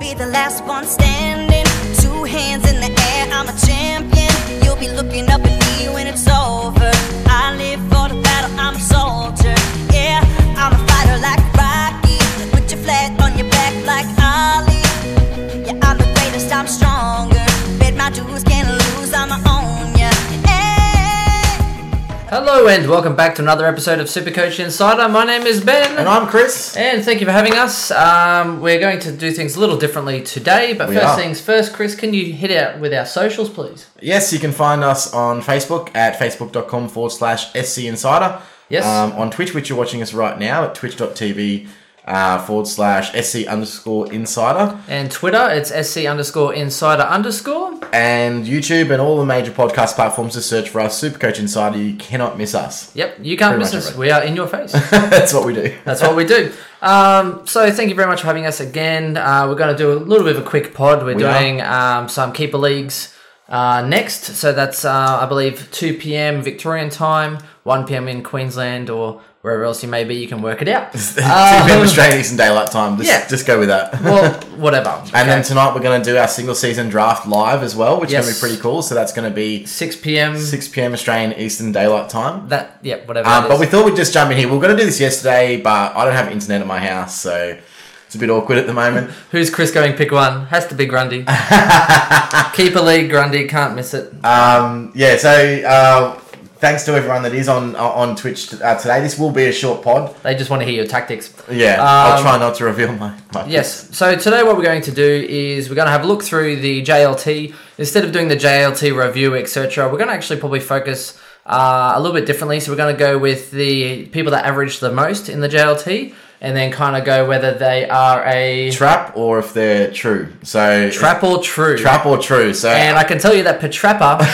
be the last one standing. Two hands in the air, I'm a champion. You'll be looking up at me when it's over. I live for the battle, I'm a soldier. Yeah, I'm a fighter like Rocky. Put your flag on your back like Ali. Yeah, I'm the greatest, I'm stronger. Bet my dues, can't lose, I'm my own, yeah. Hey. Hello and welcome back to another episode of Super Coach Insider. My name is Ben. And I'm Chris. And thank you for having us. Um, we're going to do things a little differently today, but We first are. things first, Chris, can you hit out with our socials, please? Yes, you can find us on Facebook at facebook.com forward slash SC Insider. Yes. Um, on Twitch, which you're watching us right now at twitch.tv uh, forward slash SC underscore insider. And Twitter, it's SC underscore insider underscore. And YouTube and all the major podcast platforms to search for us, Supercoach Insider. You cannot miss us. Yep, you can't Pretty miss much us. it. We are in your face. That's what we do. That's what we do. Um, so thank you very much for having us again. Uh, we're going to do a little bit of a quick pod. We're We are. doing um, some keeper leagues uh, next. So that's uh, I believe two p.m. Victorian time, one p.m. in Queensland or wherever else you may be. You can work it out. Two Um, people Australian Eastern Daylight Time. Just, yeah. just go with that. well, whatever. and then tonight we're going to do our single season draft live as well, which is Yes. going to be pretty cool. So that's going to be six p.m. 6 p.m. Australian Eastern Daylight Time. That yeah, whatever. Um, that but is. we thought we'd just jump in here. We were going to do this yesterday, but I don't have internet at my house, so it's a bit awkward at the moment. Who's Chris going? Pick one. Has to be Grundy. keeper league Grundy can't miss it. Um, yeah, so uh, thanks to everyone that is on uh, on Twitch t- uh, today. This will be a short pod. They just want to hear your tactics. Yeah, Um, I'll try not to reveal my. my Yes. So today, what we're going to do is we're going to have a look through the JLT. Instead of doing the JLT review, etc., we're going to actually probably focus uh, a little bit differently. So we're going to go with the people that average the most in the JLT, and then kind of go whether they are a trap or if they're true. So trap or true. trap or true. So And I can tell you that Petrappa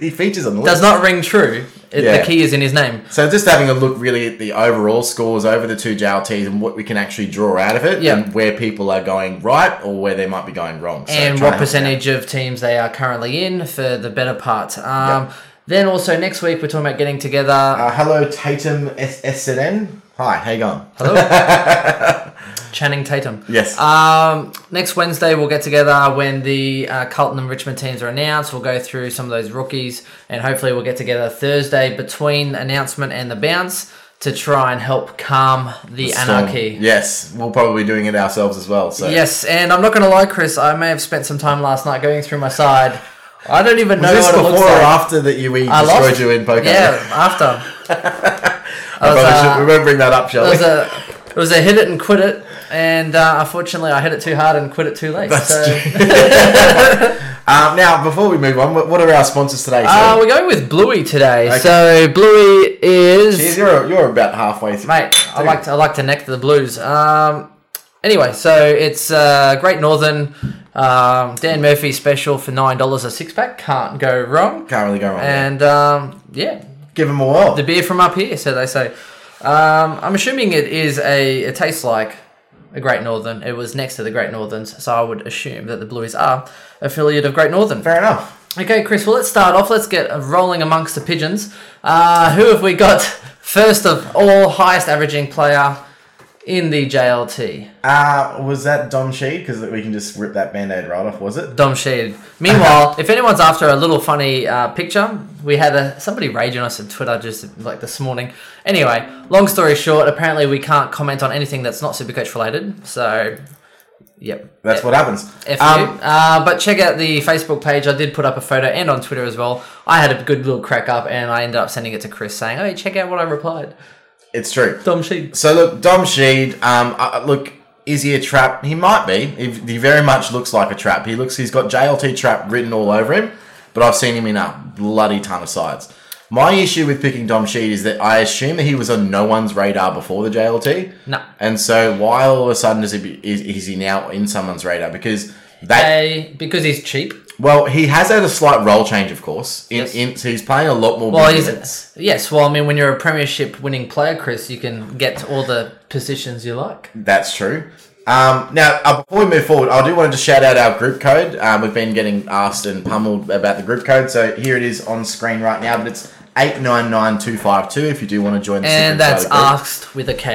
he features on the does list. not ring true. It- Yeah. The key is in his name. So just having a look really at the overall scores over the two JLTs and what we can actually draw out of it Yeah. and where people are going right or where they might be going wrong. So and try what and help me out. percentage of teams they are currently in for the better part. Um, Then also next week we're talking about getting together. Uh, hello, Tatum SSN. Hi, how you going? Hello. Channing Tatum. Yes. Um, next Wednesday, we'll get together when the uh, Carlton and Richmond teams are announced. We'll go through some of those rookies, and hopefully, we'll get together Thursday between announcement and the bounce to try and help calm the, anarchy. So, yes, we'll probably be doing it ourselves as well. So Yes, and I'm not going to lie, Chris, I may have spent some time last night going through my side. I don't even know Was this what it before looks or like. after that you we I destroyed lost. you in poker? Yeah, after. I was, probably uh, should, we won't bring that uh, up, shall It was we? a it was a hit it and quit it, and uh, unfortunately I hit it too hard and quit it too late. so um, now, before we move on, what what are our sponsors today? uh, So, we're going with Bluey today. So Bluey is you're, you're about halfway through. mate. I like to, I like to neck the blues. Um, anyway, so it's uh, Great Northern um, Dan Murphy special for nine dollars a six pack. Can't go wrong. Can't really go wrong. there. And um, yeah, Give them a whirl. the beer from up here, so they say. Um, I'm assuming it is a. It tastes like a Great Northern. It was next to the Great Northerns, so I would assume that the Blues are affiliate of Great Northern. Fair enough. Okay, Chris. Well, let's start off. Let's get rolling amongst the pigeons. Uh, who have we got first of all? Highest averaging player in the JLT, Uh, was that Dom Sheed? Because we can just rip that band aid right off, was it? Dom Sheed. Meanwhile, if anyone's after a little funny uh, picture, we had a, somebody raging us on Twitter just like this morning. Anyway, long story short, apparently we can't comment on anything that's not Supercoach related. So, yep. That's Yep. what happens. F you. Um, Uh, but check out the Facebook page. I did put up a photo and on Twitter as well. I had a good little crack up and I ended up sending it to Chris saying, hey, check out what I replied. it's true. Dom Sheed. So look, Dom Sheed. Um, uh, uh, look, is he a trap? He might be. He, he very much looks like a trap. He looks. He's got JLT trap written all over him. But I've seen him in a bloody ton of sides. My issue with picking Dom Sheed is that I assume that he was on no one's radar before the JLT. No. And so why all of a sudden is he, be- is, is he now in someone's radar? Because that Hey, because he's cheap. well, he has had a slight role change, of course. In, Yes. in so he's playing a lot more. Well, big minutes. he's, yes. Well, I mean, when you're a premiership winning player, Chris, you can get all the positions you like. That's true. Um, now, uh, before we move forward, I do want to just shout out our group code. Um, we've been getting asked and pummeled about the group code, so here it is on screen right now. But it's eight nine nine two five two. If you do want to join, the And Secret that's Insider asked with a K.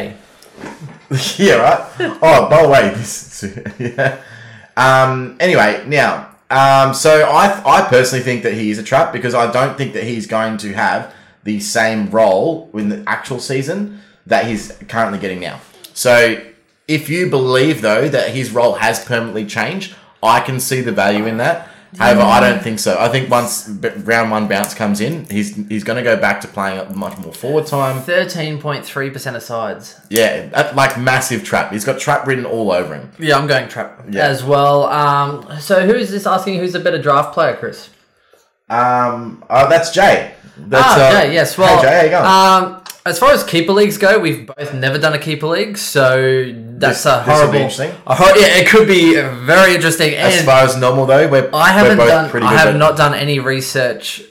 group. yeah, right. Oh, by the way, this. Yeah. Um. Anyway, now, um. So I, I personally think that he is a trap because I don't think that he's going to have the same role in the actual season that he's currently getting now. So, if you believe though that his role has permanently changed, I can see the value in that. However, I don't think so. I think once b- round one bounce comes in, he's he's going to go back to playing much more forward time. Thirteen point three percent of sides. Yeah, that, like massive trap. He's got trap written all over him. Yeah, I'm going trap Yeah. as well. Um, so who is this asking? Who's the better draft player, Chris? Um, oh, that's Jay. That's, Ah, uh, Jay, yes. Well, hey Jay, how you going? Um, as far as keeper leagues go, we've both never done a keeper league, so that's a This- this will be horrible. interesting. a hor- yeah, it could be very interesting. as And far as normal though, we're I we're haven't both done. pretty I good have at- not done any research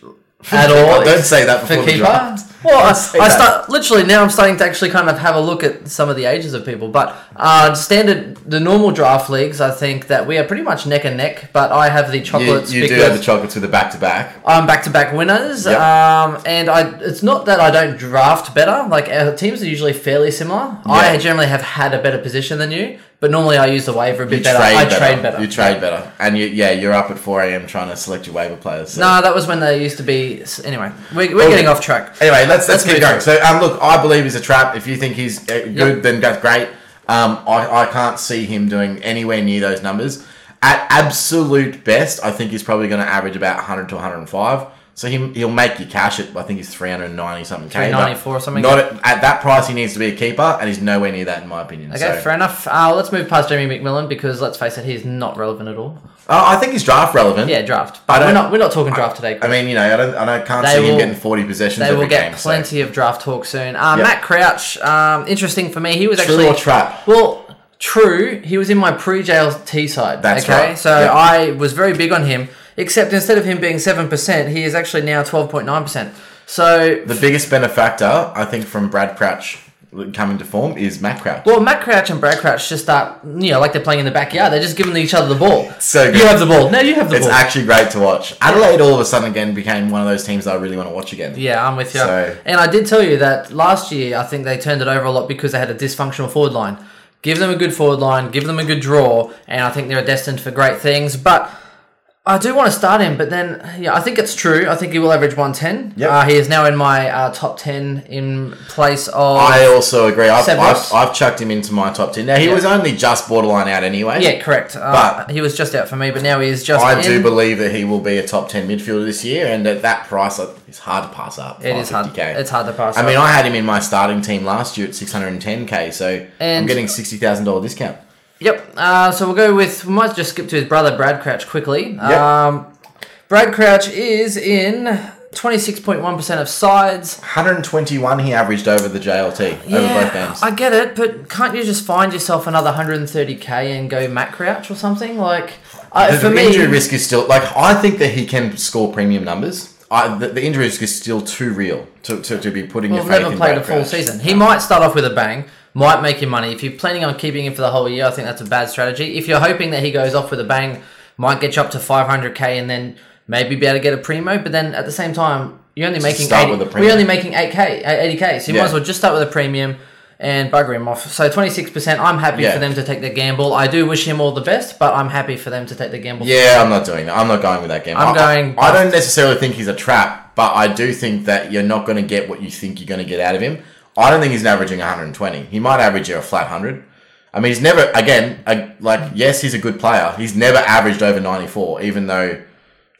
at all. Don't say that before the draft. Well, I, say I that. start literally now. I'm starting to actually kind of have a look at some of the ages of people. But uh, standard, the normal draft leagues, I think that we are pretty much neck and neck. But I have the You, chocolates you do because have the chocolates with the back to back. I'm back to back winners. Yep. Um, and I, it's not that I don't draft better. Like our teams are usually fairly similar. I Yeah. generally have had a better position than you, but normally I use the waiver a bit You better. I trade better. You trade better, and you yeah, you're up at four a.m. trying to select your waiver players. so- No, that was when they used to be. s- Anyway, we're, we're getting off track. Anyway, let's let's Let's keep move going. on. So, um, look, I believe he's a trap. If you think he's uh, good, Yep. then that's great. Um, I, I can't see him doing anywhere near those numbers. At absolute best, I think he's probably going to average about 100 to 105. So he, he'll make you cash it. I think he's 390 something. K, but 394 or something. Not at, at that price. He needs to be a keeper, and he's nowhere near that in my opinion. Okay, so, fair enough. Uh, let's move past Jamie McMillan because let's face it, he's not relevant at all. Uh, I think he's draft relevant. Yeah, draft. But I don't- we're not we're not talking draft today. I mean, you know, I don't. I don't, can't They see him will- getting 40 possessions. they every will get game, so- plenty of draft talk soon. Uh, Yep. Matt Crouch, um, interesting for me. He was True actually or trap? Well, true. He was in my pre-JLT side. That's okay, right. so Yep. I was very big on him. Except instead of him being seven percent, he is actually now twelve point nine percent. So The biggest benefactor, I think, from Brad Crouch coming to form is Matt Crouch. Well, Matt Crouch and Brad Crouch just start, you know, like they're playing in the backyard. They're just giving each other the ball. So good. you have the ball. No, you have the it's ball. actually great to watch. Adelaide all of a sudden again became one of those teams that I really want to watch again. yeah, I'm with you. So- And I did tell you that last year, I think they turned it over a lot because they had a dysfunctional forward line. Give them a good forward line, give them a good draw, and I think they're destined for great things. But I do want to start him, but then, yeah, I think it's true. I think he will average 110. Yep. Uh, he is now in my uh, top 10 in place of. I also agree. I've, Severus. I've, I've chucked him into my top 10. Now, he Yeah. was only just borderline out anyway. yeah, correct. Uh, But- he was just out for me, but now he is just. I do in. believe that he will be a top 10 midfielder this year, and at that price, uh, it's hard to pass up. It is hard. 550K. It's hard to pass. I up. mean, I had him in my starting team last year at 610k, so I'm And- getting $60,000 discount. Yep. Uh, so we'll go with. We might just skip to his brother Brad Crouch quickly. Yep. Um, Brad Crouch is in twenty six point one percent of sides. 121 he averaged over the JLT, over both games. I get it, but can't you just find yourself another hundred and thirty k and go Matt Crouch or something like? I The, Uh, for the me, injury risk is still like I think that he can score premium numbers. I, the, the injury risk is still too real to, to, to be putting we've your faith never in played Brad a full Crouch. season. He might start off with a bang. Might make you money if you're planning on keeping him for the whole year. I think that's a bad strategy. If you're hoping that he goes off with a bang, might get you up to 500k and then maybe be able to get a primo. But then at the same time, you're only making start 80, with a we're premium. only making 8k, 80k. So you Yeah. might as well just start with a premium and bugger him off. So 26%. I'm happy Yeah. for them to take the gamble. I do wish him all the best, but I'm happy for them to take the gamble. Yeah, I'm not doing that. I'm not going with that game. I'm I- going- I, I don't necessarily think he's a trap, but I do think that you're not going to get what you think you're going to get out of him. I don't think he's averaging 120. He might average you a flat 100. I mean, he's never again a, like yes, he's a good player. He's never averaged over 94, even though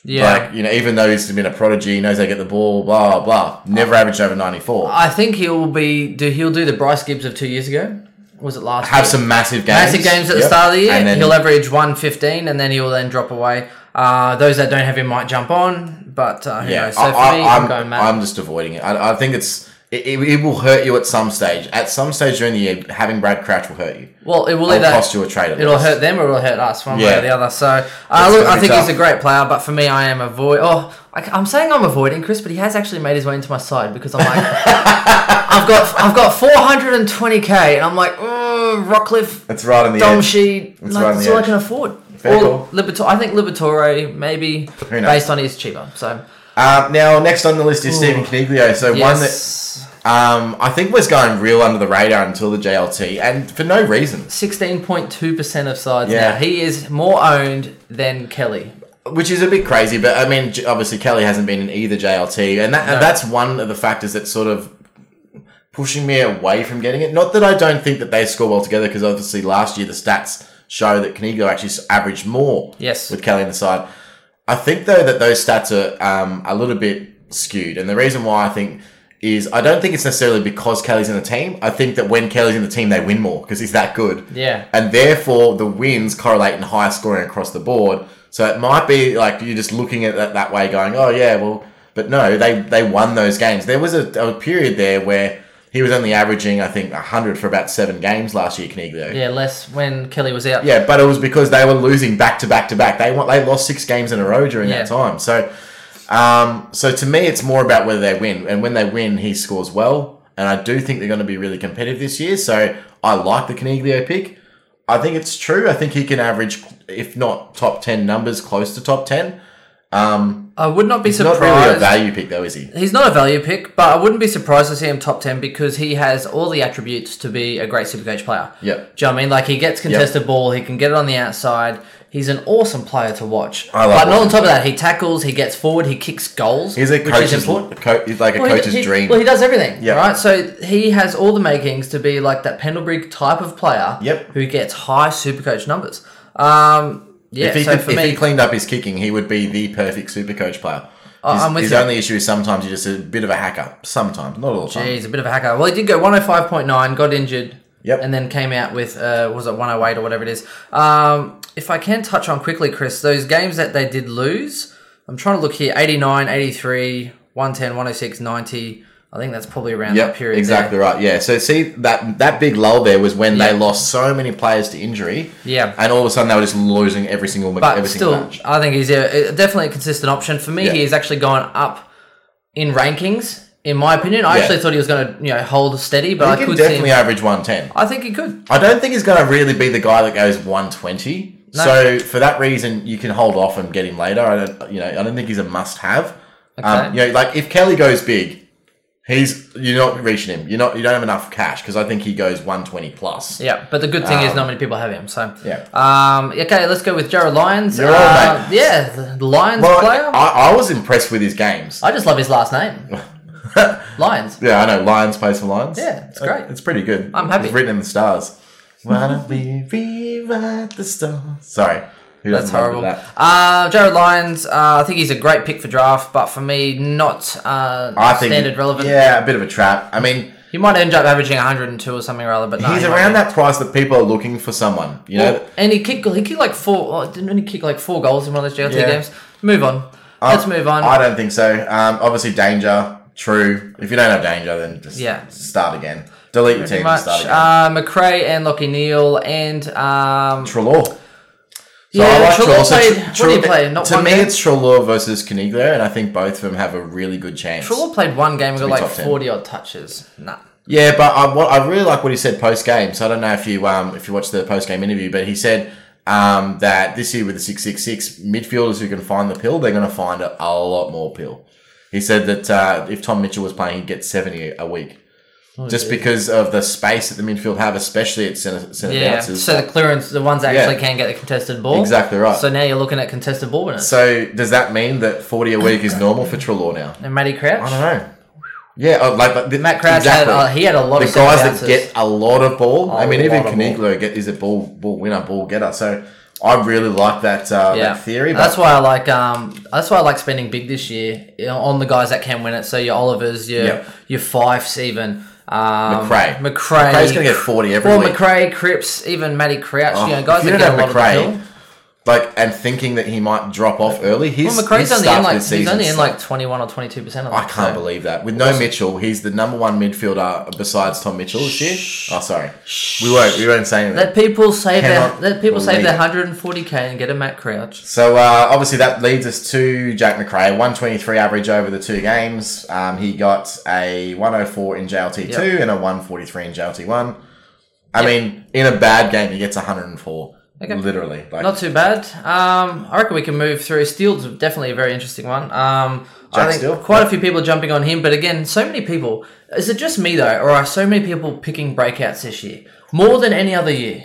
Yeah. like you know, even though he's been a prodigy, he knows how to get the ball, blah blah. Never averaged over 94. I think he'll be do he'll do the Bryce Gibbs of two years ago. Was it last year? have some massive games. Massive games at the Yep. start of the year. And then he'll average 115 and then he will then drop away. Uh, those that don't have him might jump on, but uh, who yeah, knows? So I, for me, I'm, am going Matt. I'm just avoiding it. I, I think it's it, it, it will hurt you at some stage. At some stage during the year, having Brad Crouch will hurt you. well, it will It'll either cost you a trade. At it'll least. hurt them or it'll hurt us one way Yeah. or the other. So uh, It's look, gonna I be think tough. he's a great player, but for me, I am avoid. Oh, I, am saying I'm avoiding Chris, but he has actually made his way into my side because I'm like, I've got I've got 420k, and I'm like, mm, Rockcliffe. It's right on the Dom edge. Sheed, like, It's right on that's the all I edge. can afford. Fair or call. Libertor- I think Liberatore maybe knows? based on his cheaper. So Um, Uh, now, next on the list is Stephen Caniglio. So one that yes, Um, I think was going real under the radar until the JLT, and for no reason, 16.2% of sides Yeah. now. He is more owned than Kelly. which is a bit crazy. But I mean, j- obviously Kelly hasn't been in either JLT, and that and that's one of the factors that's sort of pushing me away from getting it. Not that I don't think that they score well together, because obviously last year the stats show that Canigo actually s- averaged more. Yes. with Kelly in the side. I think though that those stats are um, a little bit skewed, and the reason why I think is I don't think it's necessarily because Kelly's in the team. I think that when Kelly's in the team, they win more because he's that good. Yeah. and therefore the wins correlate in high scoring across the board. So it might be like you're just looking at that that way, going, "Oh yeah, well," but no, they they won those games. There was a, a period there where he was only averaging, I think, hundred for about seven games last year, Caniglio. Yeah, less when Kelly was out. Yeah, but it was because they were losing back to back to back. They want they lost six games in a row during that Yeah. time. So, um, so to me, it's more about whether they win, and when they win, he scores well. And I do think they're going to be really competitive this year. So I like the Caniglio pick. I think it's true. I think he can average, if not top ten numbers, close to top ten. I would not be Not surprised. really a value pick though, is he? He's not a value pick, but I wouldn't be surprised to see him top 10 because he has all the attributes to be a great Supercoach player. Yep. Do you know what I mean? Like, he gets contested ball, he can get it on the outside. He's an awesome player to watch. I love but not on watching top of that, he tackles, he gets forward, he kicks goals. He's a which is coach's important. co- he's like a Well, he- coach's he, dream. Well, he does everything, Yep. right? So he has all the makings to be like that Pendlebury type of player Yep. who gets high Supercoach numbers. Um, yeah, if he, so could, for if me, he cleaned up his kicking, he would be the perfect super coach player. his Oh, I'm with his you. only issue is sometimes he's just a bit of a hacker. Sometimes, not all the time. He's a bit of a hacker. Well, he did go 105.9, got injured. Yep. And then came out with, uh, was it 108 or whatever it is. Um, if I can touch on quickly, Chris, those games that they did lose, I'm trying to look here 89, 83, 110, 106, 90. I think that's probably around Yep, that period. exactly right. Yeah. So see that that big lull there was when Yeah. they lost so many players to injury. Yeah. And all of a sudden they were just losing every single ma- But every still, single match. I think he's a, a- definitely a consistent option. For me, Yeah. he has actually gone up in rankings, in my opinion. I Yeah. actually thought he was going to you know hold steady, but He I can could see. definitely Him, average one ten. I think he could. I don't think he's going to really be the guy that goes one twenty. No. So for that reason, you can hold off and get him later. I don't, you know, I don't think he's a must have. Okay. Um, you know, like if Kelly goes big, he's you're not reaching him. You're not you don't have enough cash because I think he goes one twenty plus. Yeah, but the good thing is not many people have him. So Um, Yeah. Um. Okay, let's go with Jared Lyons. You're on, Uh, Yeah, the- the Lions Well, player. I, I, I was impressed with his games. just love his last name, Lyons. Yeah, I know. Lions plays for Lions. Uh, Yeah, it's great. It's pretty good. I'm happy. It's written in the stars. Why don't we rewrite the stars? Sorry. Who That's doesn't love horrible. that? Uh, Jared Lyons. Uh, I think he's a great pick for draft, but for me, not uh, I think standard relevant. Yeah, a bit of a trap. I mean, He might end up averaging 102 or something or other, but no, he's he might around be. that price that people are looking for someone. You know, and he kicked. He kicked like four. oh, Didn't he kick like four goals in one of those JLT Yeah. games? Move on. Let's move on. I don't think so. Um, obviously, danger. True. If you don't have danger, then just Yeah. start again. Delete your Pretty team and much. start again. Uh, McRae and Lockie Neal and um, Trelaw. So Yeah, I like Trelaw Trelaw. So played- Tre- what did he play? Not to one me, game? it's Trelaw versus Caniglio, and I think both of them have a really good chance. Trelaw played one game and got be like top 10. 40 odd touches. Nah. Yeah, but I, what, I really like what he said post game. So I don't know if you um, if you watched the post game interview, but he said um, that this year with the six six six midfielders who can find the pill, they're going to find a, a lot more pill. He said that uh, if Tom Mitchell was playing, he'd get seventy a week, Oh, just because of the space that the midfield have, especially at centre, centre Yeah. bounces. So the clearance, the ones that Yeah. actually can get the contested ball. Exactly right. So now you're looking at contested ball winners. So does that mean that forty a week is normal for Trelaw now? and Matty Crouch. I don't know. Yeah, uh, like but the, Matt Crouch had uh, he had a lot the of centre guys bounces. that get a lot of ball. I mean, lot even of ball. Caniglo get is a ball ball winner, ball getter. So I really like that uh, yeah. that theory. But That's why I like um that's why I like spending big this year you know, on the guys that can win it. So your Olivers, your Yep. your Fifes even. Um, McRae. McRae. McRae's gonna get 40 every Well, week. McRae, Cripps, even Matty Crouch. oh, you know, guys if you that don't get a lot have of the McRae, hill. like and thinking that he might drop off early, his, Well, McRae's his only in start like this he's season. only in like twenty one or twenty two percent. I can't believe that. With no Mitchell, he's the number one midfielder besides Tom Mitchell this year. Oh, sorry, we won't we won't say anything. Let people save their Cannot let people save believe their it. hundred and forty k and get a Matt Crouch. So uh, obviously that leads us to Jack McRae, 123 average over the two games. Um, he got a 104 in JLT2 Yep. and a 143 in JLT1. I mean, in a bad game, he gets 104. Okay. Literally, like Not too bad. Um, I reckon we can move through. Steele's definitely a very interesting one. Um, I Jack think Steele? quite a few people are jumping on him, but again, so many people. Is it just me though, or are so many people picking breakouts this year more than any other year?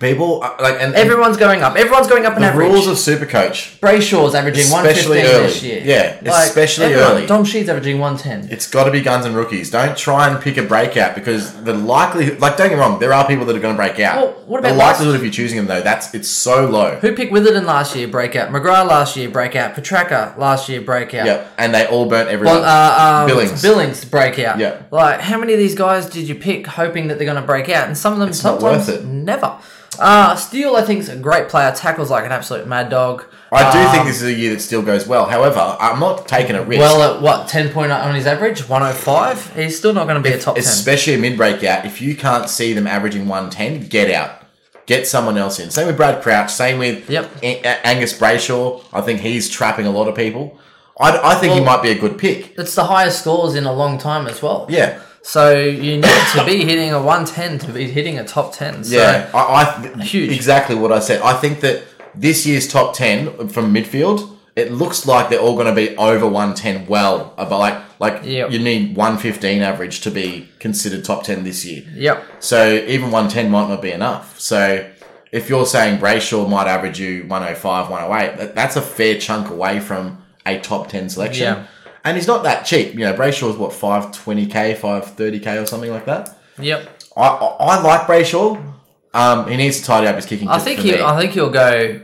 people uh, like and, and Everyone's going up. Everyone's going up in the average. rules of Supercoach. Brayshaw's averaging one Especially fifteen early. this year. Yeah, especially early. Tom Sheed's averaging one ten. It's got to be guns and rookies. Don't try and pick a breakout because the likelihood, like, don't get me wrong, there are people that are going to break out. Well, what the about likelihood last- of you choosing them though? That's it's so low. Who picked Witherden last year? Breakout. McGrath last year. Breakout. Petraka last year. Breakout. Yep, and they all burnt everyone. Well, uh, um, Billings. Billings. Billings break out. Yeah. Like, how many of these guys did you pick hoping that they're going to break out? And some of them not sometimes worth it. never. Uh, Steele, I think, is a great player. Tackles like an absolute mad dog. I do Um, think this is a year that still goes well. However, I'm not taking a risk. Well, uh, at what, 10 point on his average? 105? He's still not going to be a top 10. especially a mid breakout, if you can't see them averaging 110, get out. Get someone else in. Same with Brad Crouch. Same with Yep. A- A- Angus Brayshaw. I think he's trapping a lot of people. I, I think he Well- might be a good pick. It's the highest scores in a long time as well. Yeah. So you need to be hitting a 110 to be hitting a top 10. So Yeah. I, I Huge. Exactly what I said. I think that this year's top 10 from midfield, it looks like they're all going to be over 110 well. About like, like Yep. you need 115 average to be considered top 10 this year. Yep. So even 110 might not be enough. So if you're saying Brayshaw might average you 105, 108, that, that's a fair chunk away from a top 10 selection. Yeah. And he's not that cheap. You know, Brayshaw's what, 520k, 530k or something like that? Yep. I, I, I like Brayshaw. Um, he needs to tidy up his kicking. I for think me. he, I think he'll go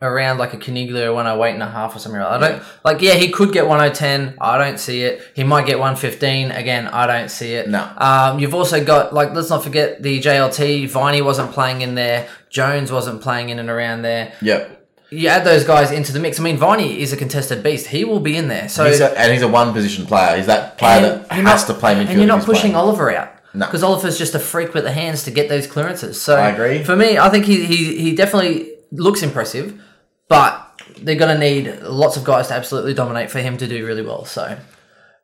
around like a Caniglia one oh eight and a half or something. Like that. I don't like. Yeah, he could get one oh ten. I don't see it. He might get one fifteen again. I don't see it. No. Um, you've also got like let's not forget the JLT. Viney wasn't playing in there. Jones wasn't playing in and around there. Yep. You add those guys into the mix. I mean, Viney is a contested beast. He will be in there. So He's a, and he's a one position player. He's that player that you're has to play midfield. And you're if not he's pushing playing. Oliver out. No. Because Oliver's just a freak with the hands to get those clearances. So I agree. For me, I think he, he, he definitely looks impressive, but they're going to need lots of guys to absolutely dominate for him to do really well. So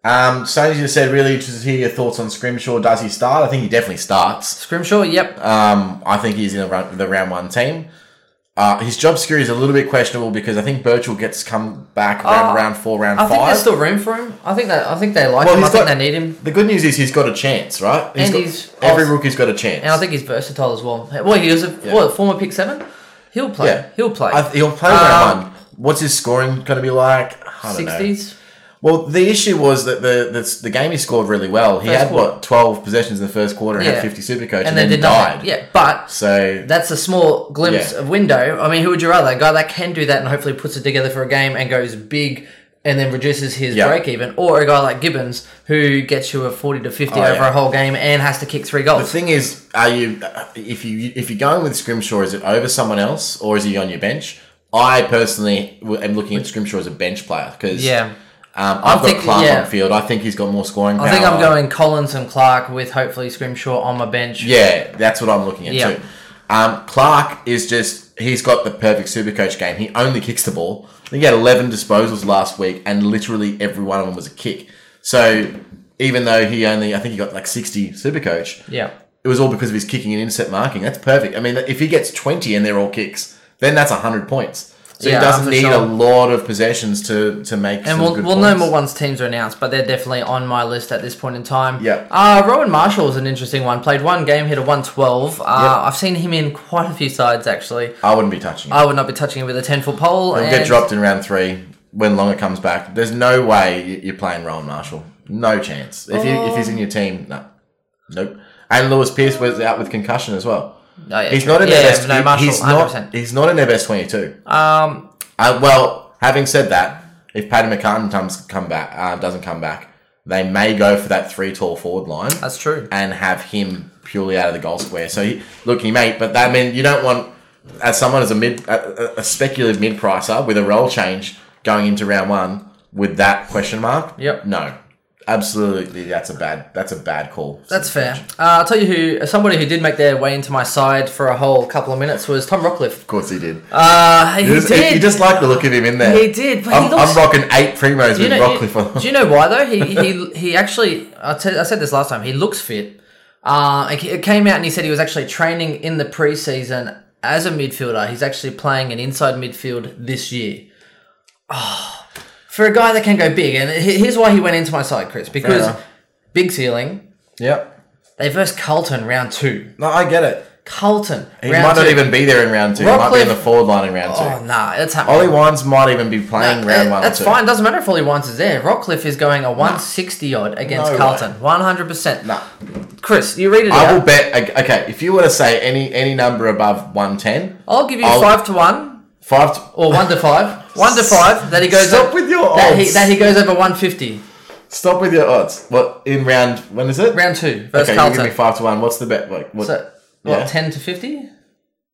Um, Sony just said, really interested to hear your thoughts on Scrimshaw. Does he start? I think he definitely starts. Scrimshaw, yep. Um, I think he's in the, run, the round one team. Uh, his job security is a little bit questionable because I think Birchall gets come back around Uh, round four, round I think five. there's still room for him. I think that I think they like Well, him. I he's think got- they need him. the good news is he's got a chance, right? He's And got- he's every also- rookie's got a chance. And I think he's versatile as well. Well, he was a what, former pick seven. He'll play. yeah, He'll play. I th- he'll play Um, round one. What's his scoring going to be like? I don't know. 60s. Well, the issue was that the the, the game he scored really well. He First had quarter. what twelve possessions in the first quarter and Yeah. had fifty super coach, and, And, then, then did died. nothing. Yeah, but So that's a small glimpse Yeah. of window. I mean, who would you rather? A guy that can do that and hopefully puts it together for a game and goes big and then reduces his Yeah. break even, or a guy like Gibbons who gets you a 40 to 50 Oh, over yeah. a whole game and has to kick three The goals. thing is, are you if you if you're going with Scrimshaw, is it over someone else or is he on your bench? I personally w- am looking at Scrimshaw as a bench player because Yeah. um, I've got thinking- Clark yeah. on field. I think he's got more scoring. Power. I think I'm going Collins and Clark with hopefully Scrimshaw on my bench. Yeah, that's what I'm looking at Yeah. too. Um, Clark is just he's got the perfect supercoach game. He only kicks the ball. I think he had 11 disposals last week, and literally every one of them was a kick. So even though he only I think he got like 60 supercoach, Yeah. it was all because of his kicking and intercept marking. That's perfect. I mean, if he gets 20 and they're all kicks, then that's 100 points. So Yeah, he doesn't for need sure. a lot of possessions to, to make some And we'll, good we'll know points. more once teams are announced, but they're definitely on my list at this point in time. Yep. Uh, Rowan Marshall is an interesting one. Played one game, hit a 112. Uh, Yep. I've seen him in quite a few sides, actually. I wouldn't be touching him. I would not be touching it with a 10 foot pole. He'll and get dropped in round three when Longer comes back. There's no way y- you're playing Rowan Marshall. No chance. If, you, if he's in your team, no. Nope. And Lewis Pierce was out with concussion as well. Oh, yeah, He's true. not in yeah, their best. No, he- Marshall, he's 100%. not. He's not in their best twenty-two. um, Uh, well, having said that, if Paddy McCartan comes come back, uh, doesn't come back, they may go for that three tall forward line that's true. and have him purely out of the goal square. So he, look, he may, but that I mean you don't want as someone as a mid a, a- a speculative mid pricer with a role change going into round one with that question mark. Yep. No, absolutely, that's a bad that's a bad call. That's fair. Uh, I'll tell you who, somebody who did make their way into my side for a whole couple of minutes was Tom Rockcliffe. Of course, he did. Uh, he, You just, did. you just like the look of him in there. He did, but he I'm, looks- I'm rocking eight primos do you with know, Rockliffe on. do you know why though? He he he actually. I, t- I said this last time. He looks fit. Uh, it ca- it came out and he said he was actually training in the preseason as a midfielder, he's actually playing an inside midfield this year. Ah, for a guy that can go big, and he- here's why he went into my side, Chris, because enough. big ceiling. Yep. They versed Carlton round two. No, I get it. Carlton. He round might two. not even be there in round two. he might be in the Rockcliffe- forward line in round two. Oh nah, that's happening. Ollie Wines might even be playing round one. or uh, That's two. fine. Doesn't matter if Ollie Wines is there. Rockcliffe is going a 160 odd against No Carlton. 100%. No. Chris, you read it I out. will bet. Okay, if you were to say any any number above one ten, I'll give you I'll- five to one five. To, or one to five. One to five that he goes Stop up with your that he, odds. that he goes over 150. stop with your odds. What in round? When is it? Round two versus Okay, you Carlton. give me five to one. What's the bet? Like, what, So, what, Yeah. 10 to 50?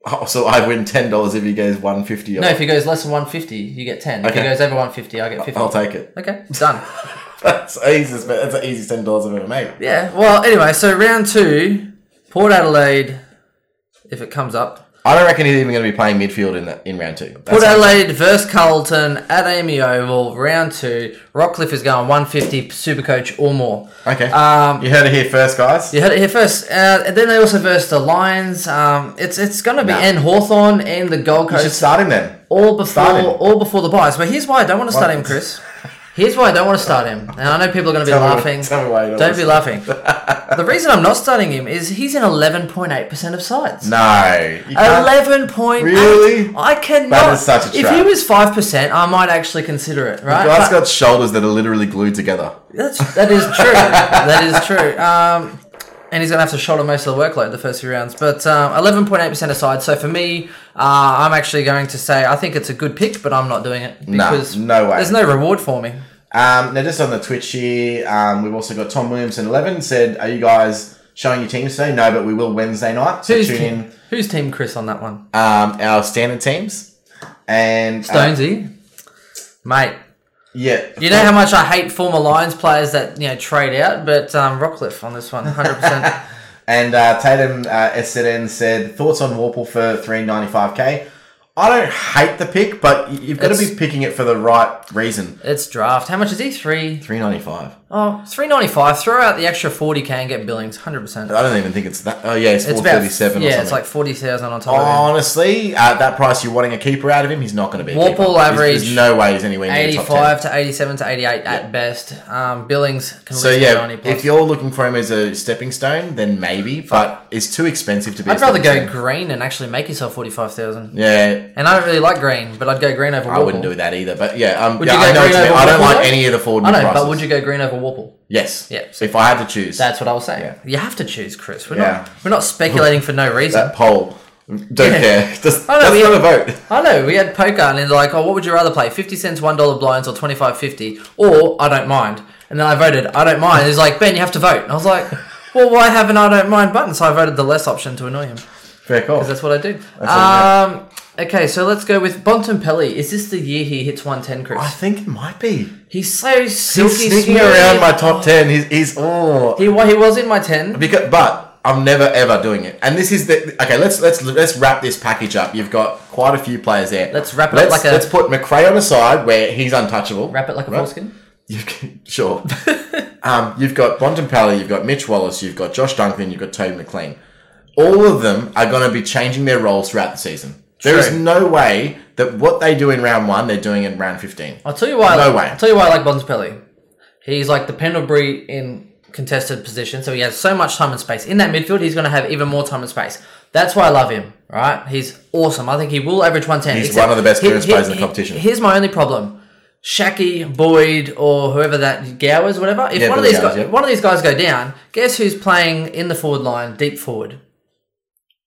oh, so I win ten dollars if he goes one fifty. No, if he goes less than 150, you get 10. If he Okay. goes over 150, I get 50. I'll take it. Okay, done. That's easy. That's the easiest ten dollars I've ever made. yeah, well, anyway, so round two, Port Adelaide, if it comes up, I don't reckon he's even going to be playing midfield in the, in round two. That's Port Adelaide versus Carlton at Amy Oval, round two. Rockcliffe is going 150 Supercoach or more. okay. Um, you heard it here first, guys. You heard it here first. Uh, and then they also versed the Lions. Um, it's it's going to be Nah. and Hawthorn and the Gold You should Coast start him then. all before start him. all before the buys. But here's why I don't want to start What? him, Chris. Here's why I don't want to start him. And I know people are going to be Tell me- laughing. tell me why you don't don't be want laughing. the reason I'm not starting him is he's in 11.8% of sides. No, you can't. Eleven point eight. Really? I cannot. That is such a If trap. he was five percent, I might actually consider it. Right? Guy's But got shoulders that are literally glued together. that's that is true. that is true. Um, and he's gonna have to shoulder most of the workload the first few rounds. But um, eleven point eight percent aside. So for me, uh, I'm actually going to say I think it's a good pick, but I'm not doing it because no way. There's no reward for me. Um, now, just on the Twitch here, um, we've also got Tom Williamson eleven said, "Are you guys showing your teams today?" No, but we will Wednesday night. So Who's tune in team, who's team Chris on that one? um, our standard teams and uh, Stonesy, mate. yeah, You know how much I hate former Lions players that you know trade out, but um, Rockcliffe on this one, 100. percent And uh, Tatum uh, SZN said, "Thoughts on Warple for three ninety five k." I don't hate the pick, but y- you've got to It's- be picking it for the right reason. It's draft. How much is he? Three. Three ninety five. Oh, three ninety five. Throw out the extra forty k and get Billings. Hundred percent. I don't even think it's that. Oh yeah, it's It's four about thirty seven. Yeah, or something. Oh, it's like forty thousand on top of Honestly, at that price, you're wanting a keeper out of him. He's not going to be. a Warple keeper. There's- average, There's no way he's anywhere it. near Eighty top ten. five to eighty seven to eighty eight at best. Um, Billings can So lose yeah, ninety plus. if you're looking for him as a stepping stone, then maybe, but it's too expensive to be. I'd a rather stepping go stone. green and actually make yourself forty five thousand. Yeah, And I don't really like green, but I'd go green over. Warple. I wouldn't do that either. But yeah, um, Would yeah, you I go know. What green you mean. over I don't Warple, like though? any of the Ford. I know, prices. but would you go green over Warple? Yes. Yeah. If I had to choose, That's what I was saying. Yeah. You have to choose, Chris. We're Yeah. not we're not speculating for no reason. that poll. Don't Yeah. care. Just, I know, that's we- not a vote. I know we had poker and they're like, oh, what would you rather play? Fifty cents, one dollar blinds, or twenty five fifty, or I don't mind. And then I voted I don't mind. He's like, Ben, you have to vote. And I was like, well, why have an I don't mind button? So I voted the less option to annoy him because Fair call. that's what I do. all Um, okay, so let's go with Bontempelli. Is this the year he hits one ten, I Chris? think it might be. He's so silky, He's sneaking smooth. around my top ten. He's, he's oh. He wa- he was in my ten. Because, but I'm never ever doing it. And this is the okay. Let's let's let's wrap this package up. You've got quite a few players there. Let's wrap it up let's, like a- Let's put McRae on the side where he's untouchable. Wrap it like a Right? foreskin. You've got- sure. um, you've got Bontempelli, you've got Mitch Wallace, you've got Josh Dunklin, you've got Toby McLean. All of them are going to be changing their roles throughout the season. There is True. no way that what they do in round one, they're doing in round fifteen. I'll tell you why. No I, way. I'll tell you why I like Bontempelli. He's like the Pendlebury in contested position, so he has so much time and space in that midfield. He's going to have even more time and space. That's why I love him. Right? He's awesome. I think he will average one ten. He's one of the best clearance players in the competition. Here's my only problem: Shaki, Boyd, or whoever that Gowers, whatever. If Yeah, one of Billy these Gowers, guys, yeah. one of these guys go down, guess who's playing in the forward line, deep forward?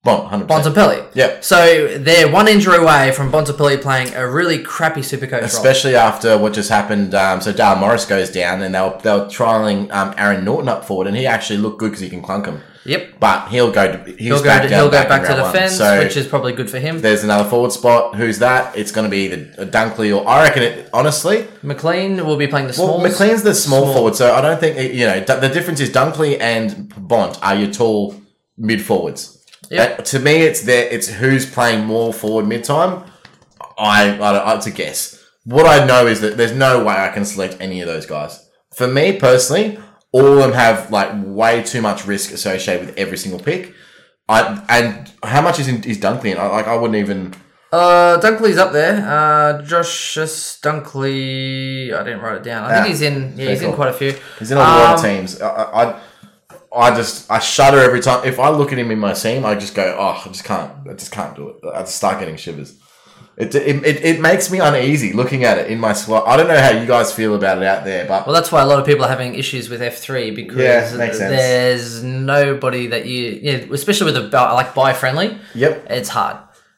Bon, hundred percent. Bontempelli. Yep. So they're one injury away from Bontempelli playing a really crappy Supercoach role. Especially after what just happened, um, so Dale Morris goes down, and they were, they were trialing um, Aaron Norton up forward, and he actually looked good because he can clunk him. Yep. But he'll go. To, he's He'll go, back to, down he'll go back, back in to round one. defense, So which is probably good for him. there's another forward spot. Who's that? It's going to be the Dunkley, or I reckon. It, honestly, McLean will be playing the Well, small. McLean's the small, forward, so I don't think you know. d- The difference is Dunkley and Bont are your tall mid forwards. Yep. Uh, to me, it's there. It's who's playing more forward mid time. I, I don't, I- it's a guess. What I know is that there's no way I can select any of those guys. For me personally, all of them have like way too much risk associated with every single pick. I and how much is in, is Dunkley? in? I, like I wouldn't even. Uh, Dunkley's up there. Uh, Josh Dunkley. I didn't write it down. I Ah, think he's in. Yeah, he's in cool. quite a few. He's in a lot of Um, teams. I, I, I- I just I shudder every time if I look at him in my team. I just go, oh, I just can't. I just can't do it. I just start getting shivers. It it, it, it makes me uneasy looking at it in my slot. I don't know how you guys feel about it out there, but Well, that's why a lot of people are having issues with F three because Yeah, makes sense. there's nobody that you, yeah, especially with a bu- like buy friendly. Yep. it's hard.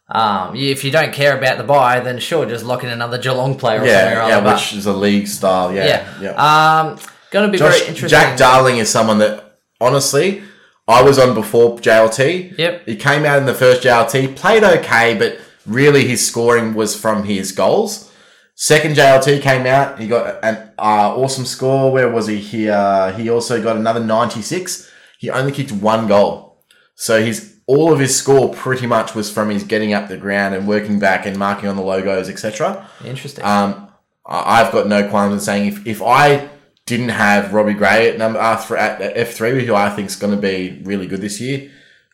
Um, you- if you don't care about the buy, then sure, just lock in another Geelong player or something or yeah, other. yeah, but- which is a league style. Yeah, yeah, yeah. Um, gonna be Josh, very interesting. Jack Darling is someone that honestly I was on before JLT. Yep. He came out in the first JLT, played okay, but really his scoring was from his goals. Second JLT came out, he got an uh, awesome score. Where was he? He uh, he also got another 96. He only kicked one goal. So his all of his score pretty much was from his getting up the ground and working back and marking on the logos, etc. interesting. Um, I- I've got no qualms in saying if, if I didn't have Robbie Gray at number uh, thr- at F three, who I think is going to be really good this year,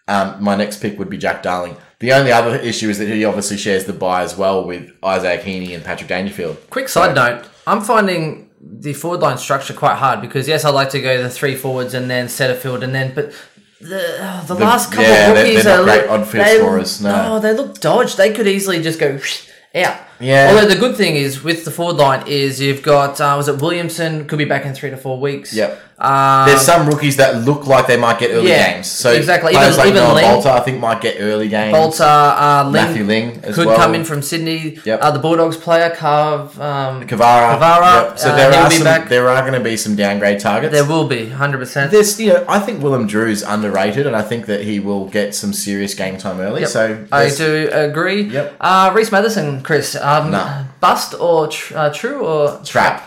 um, my next pick would be Jack Darling. The only other issue is that he obviously shares the buy as well with Isaac Heaney and Patrick Dangerfield. Quick side note: I'm finding the forward line structure quite hard because yes, I like to go the three forwards and then Setterfield and then, but the the, last couple yeah, of they're- rookies they're not are great look- odd field they- Oh, scorers, no. they look dodged. They could easily just go out. Yeah. Although the good thing is with the forward line is you've got uh, was it Williamson could be back in three to four weeks. Yep. Um, There's some rookies that look like they might get early Yeah, games. So exactly. Even- players like even Noah Ling. Bolter, I think, might get early games. Bolter, uh, Ling Matthew Ling as could well. come in from Sydney. Yep. Uh, the Bulldogs player Carve um, Kavara. Kavara, Yep. So uh, there he'll are be some, back. there are going to be some downgrade targets. There will be hundred percent. This, you know, I think Willem Drew's underrated, and I think that he will get some serious game time early. Yep. So I there's- do agree. Yep. Uh, Reese Matheson, Chris. Um, Nah. Bust or tr- uh, true or trap,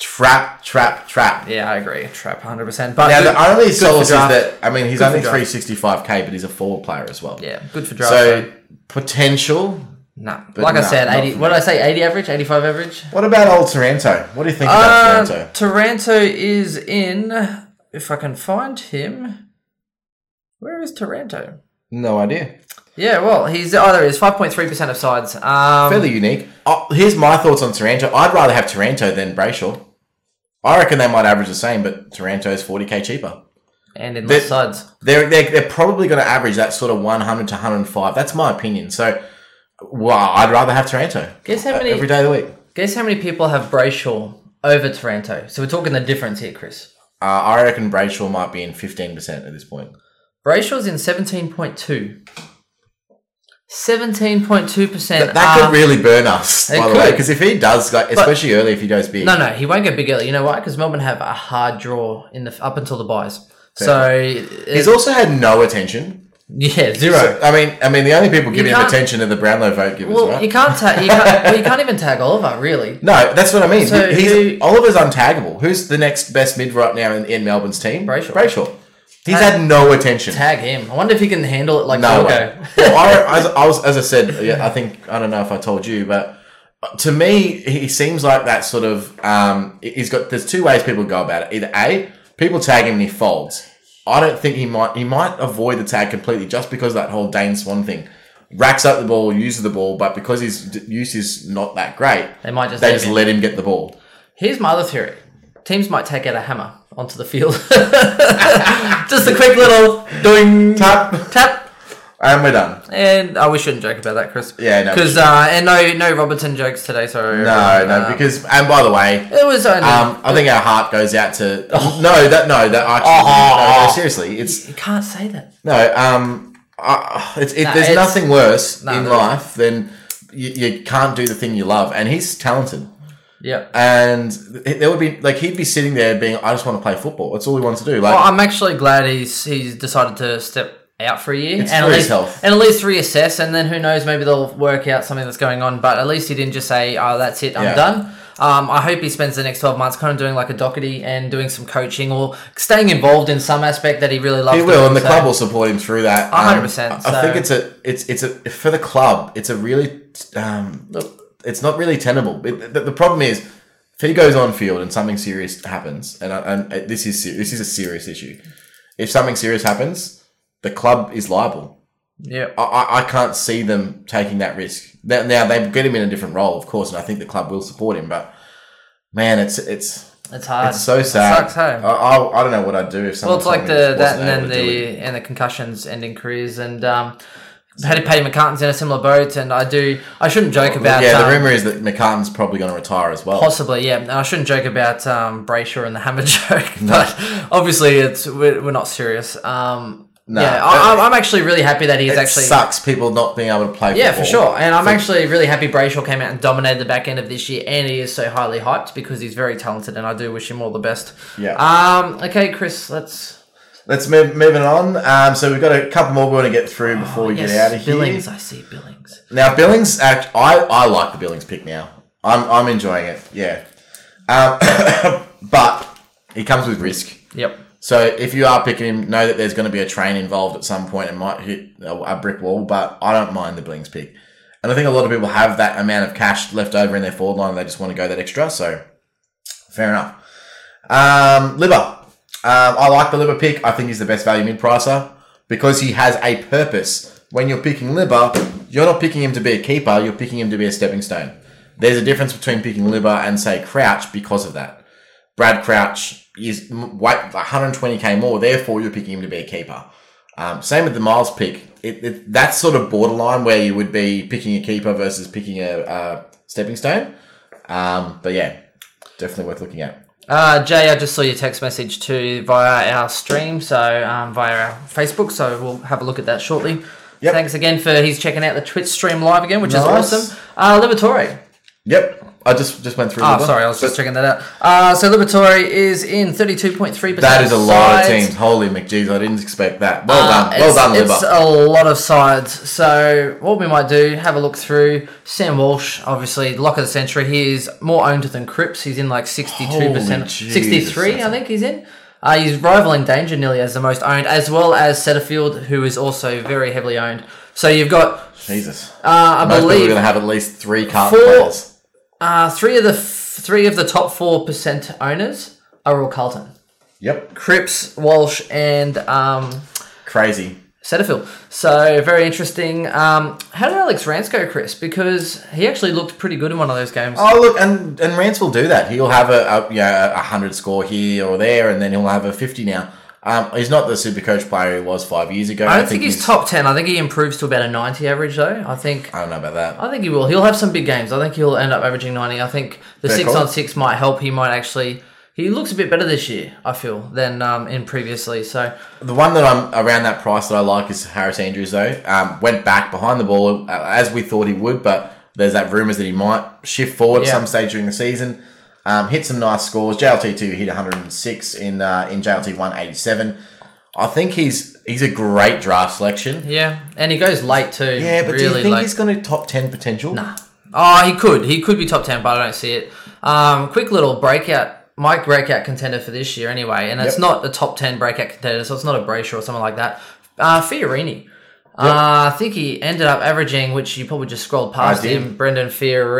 trap, trap, trap. yeah, I agree. Trap hundred percent. But Now good- the only good for solace is draft. that I mean he's Good for only draft. three sixty five k, but he's a forward player as well. yeah, good for draft. So potential. nah. like I nah, said, not eighty. for What did I say? Eighty average, eighty-five average. What about old Taranto? What do you think Uh, about Taranto? Taranto is in. If I can find him, where is Taranto? No idea. Yeah, well, he's oh there he is five point three percent of sides. Um, Fairly unique. Oh, here's my thoughts on Taranto. I'd rather have Taranto than Brayshaw. I reckon they might average the same, but Taranto is forty k cheaper. and in less the- sides. They're, they're, they're probably going to average that sort of 100 to 105. That's my opinion. So, wow, I'd rather have Taranto. Guess how Uh, many- Every day of the week. Guess how many people have Brayshaw over Taranto? So we're talking the difference here, Chris. Uh, I reckon Brayshaw might be in 15% at this point. Brayshaw's in 17.2. 17.2%. That, that are- could really burn us, Um, it by the way. could. Because if he does, like, especially early, if he goes big. no, no, he won't get big early. You know why? Because Melbourne have a hard draw in the up until the buys. So, He's it- also had no attention. yeah, zero. So, I mean, I mean, the only people giving him can't- attention are the Brownlow vote givers, well, right? you can't tag. You can't, well, you can't even tag Oliver, really. no, that's what I mean. So He- he's, who- Oliver's untaggable. Who's the next best mid right now in, in Melbourne's team? Brayshaw. Brayshaw. He's Tag- had no attention. Tag him. I wonder if he can handle it like No Gorgo. way. well, I, as, I was, as I said, yeah, I think I don't know if I told you, but uh, to me, he seems like that sort of. Um, he's got. There's two ways people go about it. Either a people tag him and he folds. I don't think he might. He might avoid the tag completely just because of that whole Dane Swan thing. Racks up the ball, uses the ball, but because his d- use is not that great, They might just they leave just him. let him get the ball. Here's my other theory. Teams might take out a hammer onto the field. Just a quick little doing Tap, tap. and we're done. And oh, we shouldn't joke about that, Chris. Yeah, no, we Because uh, and no, no Robertson jokes today. Sorry. No, no, because and by the way, uh, it was only. Um, I think our heart goes out to Oh. no, that no, that actually, no, no, seriously, it's you can't say that. no, um, uh, it's, it, No, there's it's- nothing worse no, in there life than you, you can't do the thing you love, and he's talented, Yeah. and th- there would be like he'd be sitting there being, I just want to play football. That's all he wants to do. Like, Well, I'm actually glad he's he's decided to step out for a year It's and for at his least health. and at least reassess, and then who knows, maybe they'll work out something that's going on. But at least he didn't just say, "Oh, that's it, I'm Yeah. done." Um, I hope he spends the next twelve months kind of doing like a Doherty and doing some coaching or staying involved in some aspect that he really loves. he will, doing, and the so- club will support him through that. A hundred Um, percent, I- I think so- it's a, it's, it's a for the club. It's a really, um, it's not really tenable. It, the, the problem is, if he goes on field and something uh, serious happens, and, I- and uh, this is ser- this is a serious issue. If something serious happens, the club is liable. Yeah. I, I, I can't see them taking that risk. Now, now they get him in a different role, of course, and I think the club will support him. But man, it's it's It's hard. it's so It sad. sucks, hey? I, I, I don't know what I'd do if someone. Well, it's like told me I the just that wasn't and then able to do it. the and the concussions ending careers and um, Paddy Paddy McCartan's in a similar boat and I do I shouldn't joke about yeah. um, the rumor is that McCartan's probably going to retire as well. possibly yeah and I shouldn't joke about um, Brayshaw and the hammer joke but obviously it's we're, we're not serious um, No. yeah I, I'm- I'm actually really happy that he's it actually sucks people not being able to play. yeah football. for sure and I'm actually really happy Brayshaw came out and dominated the back end of this year and he is so highly hyped because he's very talented and I do wish him all the best Yeah. um okay Chris let's Let's move moving on. Um, so we've got a couple more we want to get through before we Oh, yes, get out of here. Billings I see Billings. Now Billings, act, I I like the Billings pick now. I'm I'm enjoying it. Yeah, um, but he comes with risk. Yep. So if you are picking him, know that there's going to be a train involved at some point and might hit a a brick wall. But I don't mind the Billings pick, and I think a lot of people have that amount of cash left over in their forward line. And they just want to go that extra. So fair enough. Um, Libba, um, I like the Libba pick. I think he's the best value mid pricer because he has a purpose. When you're picking Libba, you're not picking him to be a keeper. You're picking him to be a stepping stone. There's a difference between picking Libba and say Crouch because of that. Brad Crouch is m- weight 120k more. Therefore, you're picking him to be a keeper. Um, same with the Miles pick. It, it, that's sort of borderline where you would be picking a keeper versus picking a, a stepping stone. Um, but yeah, definitely worth looking at. Uh, Jay, I just saw your text message too via our stream, so um, via our Facebook. So we'll have a look at that shortly. Yep. Thanks again for he's checking out the Twitch stream live again, which Nice. is awesome. Uh, Liberatore. Yep, I just just went through. Oh, the- sorry, I was just checking that out. Uh, so Liberatore is in thirty-two point three percent. That is a lot of teams. Holy McJeez, I didn't expect that. Well Uh, done, well it's- done, It's Libba. a lot of sides. So what we might do, have a look through. Sam Walsh, obviously lock of the century. He is more owned than Cripps. He's in like sixty-two Holy percent, Jesus, sixty-three, that's I think he's in. Uh, he's rivaling Danger nearly as the most owned, as well as Setterfield, who is also very heavily owned. So you've got, Jesus, uh, I most people are believe, going to have at least three card Four- players. uh, three of the f- three of the top four percent owners are all Carlton, Yep, Cripps, Walsh, and um, crazy. Setterfield. So very interesting. Um, how did Alex Rance go, Chris? Because he actually looked pretty good in one of those games. Oh look, and and Rance will do that. He'll have a, a yeah a hundred score here or there, and then he'll have a fifty now. Um, he's not the super coach player he was five years ago. I don't think, he's, top ten. I think he improves to about a ninety average though. I think I don't know about that. I think he will. He'll have some big games. I think he'll end up averaging ninety. I think the Fair six call. on six might help. He might actually. He looks a bit better this year. I feel than um, in previously. So The one that I'm around that price that I like is Harris Andrews though. Um, went back behind the ball uh, as we thought he would, but there's that rumors that he might shift forward at Yeah. some stage during the season. Um, hit some nice scores. JLT two hit 106 in uh, in JLT one 87. I think he's he's a great draft selection. yeah, and he goes late too. Yeah, but do you really think late. he's going to top ten potential? Nah. Oh, he could. He could be top 10, but I don't see it. Um, quick little breakout. My breakout contender for this year, anyway, and it's Yep. not a top 10 breakout contender, so it's not a Brayshaw or something like that. Uh, Fiorini. Uh, I think he ended up averaging, which you probably just scrolled past did. him, Brendan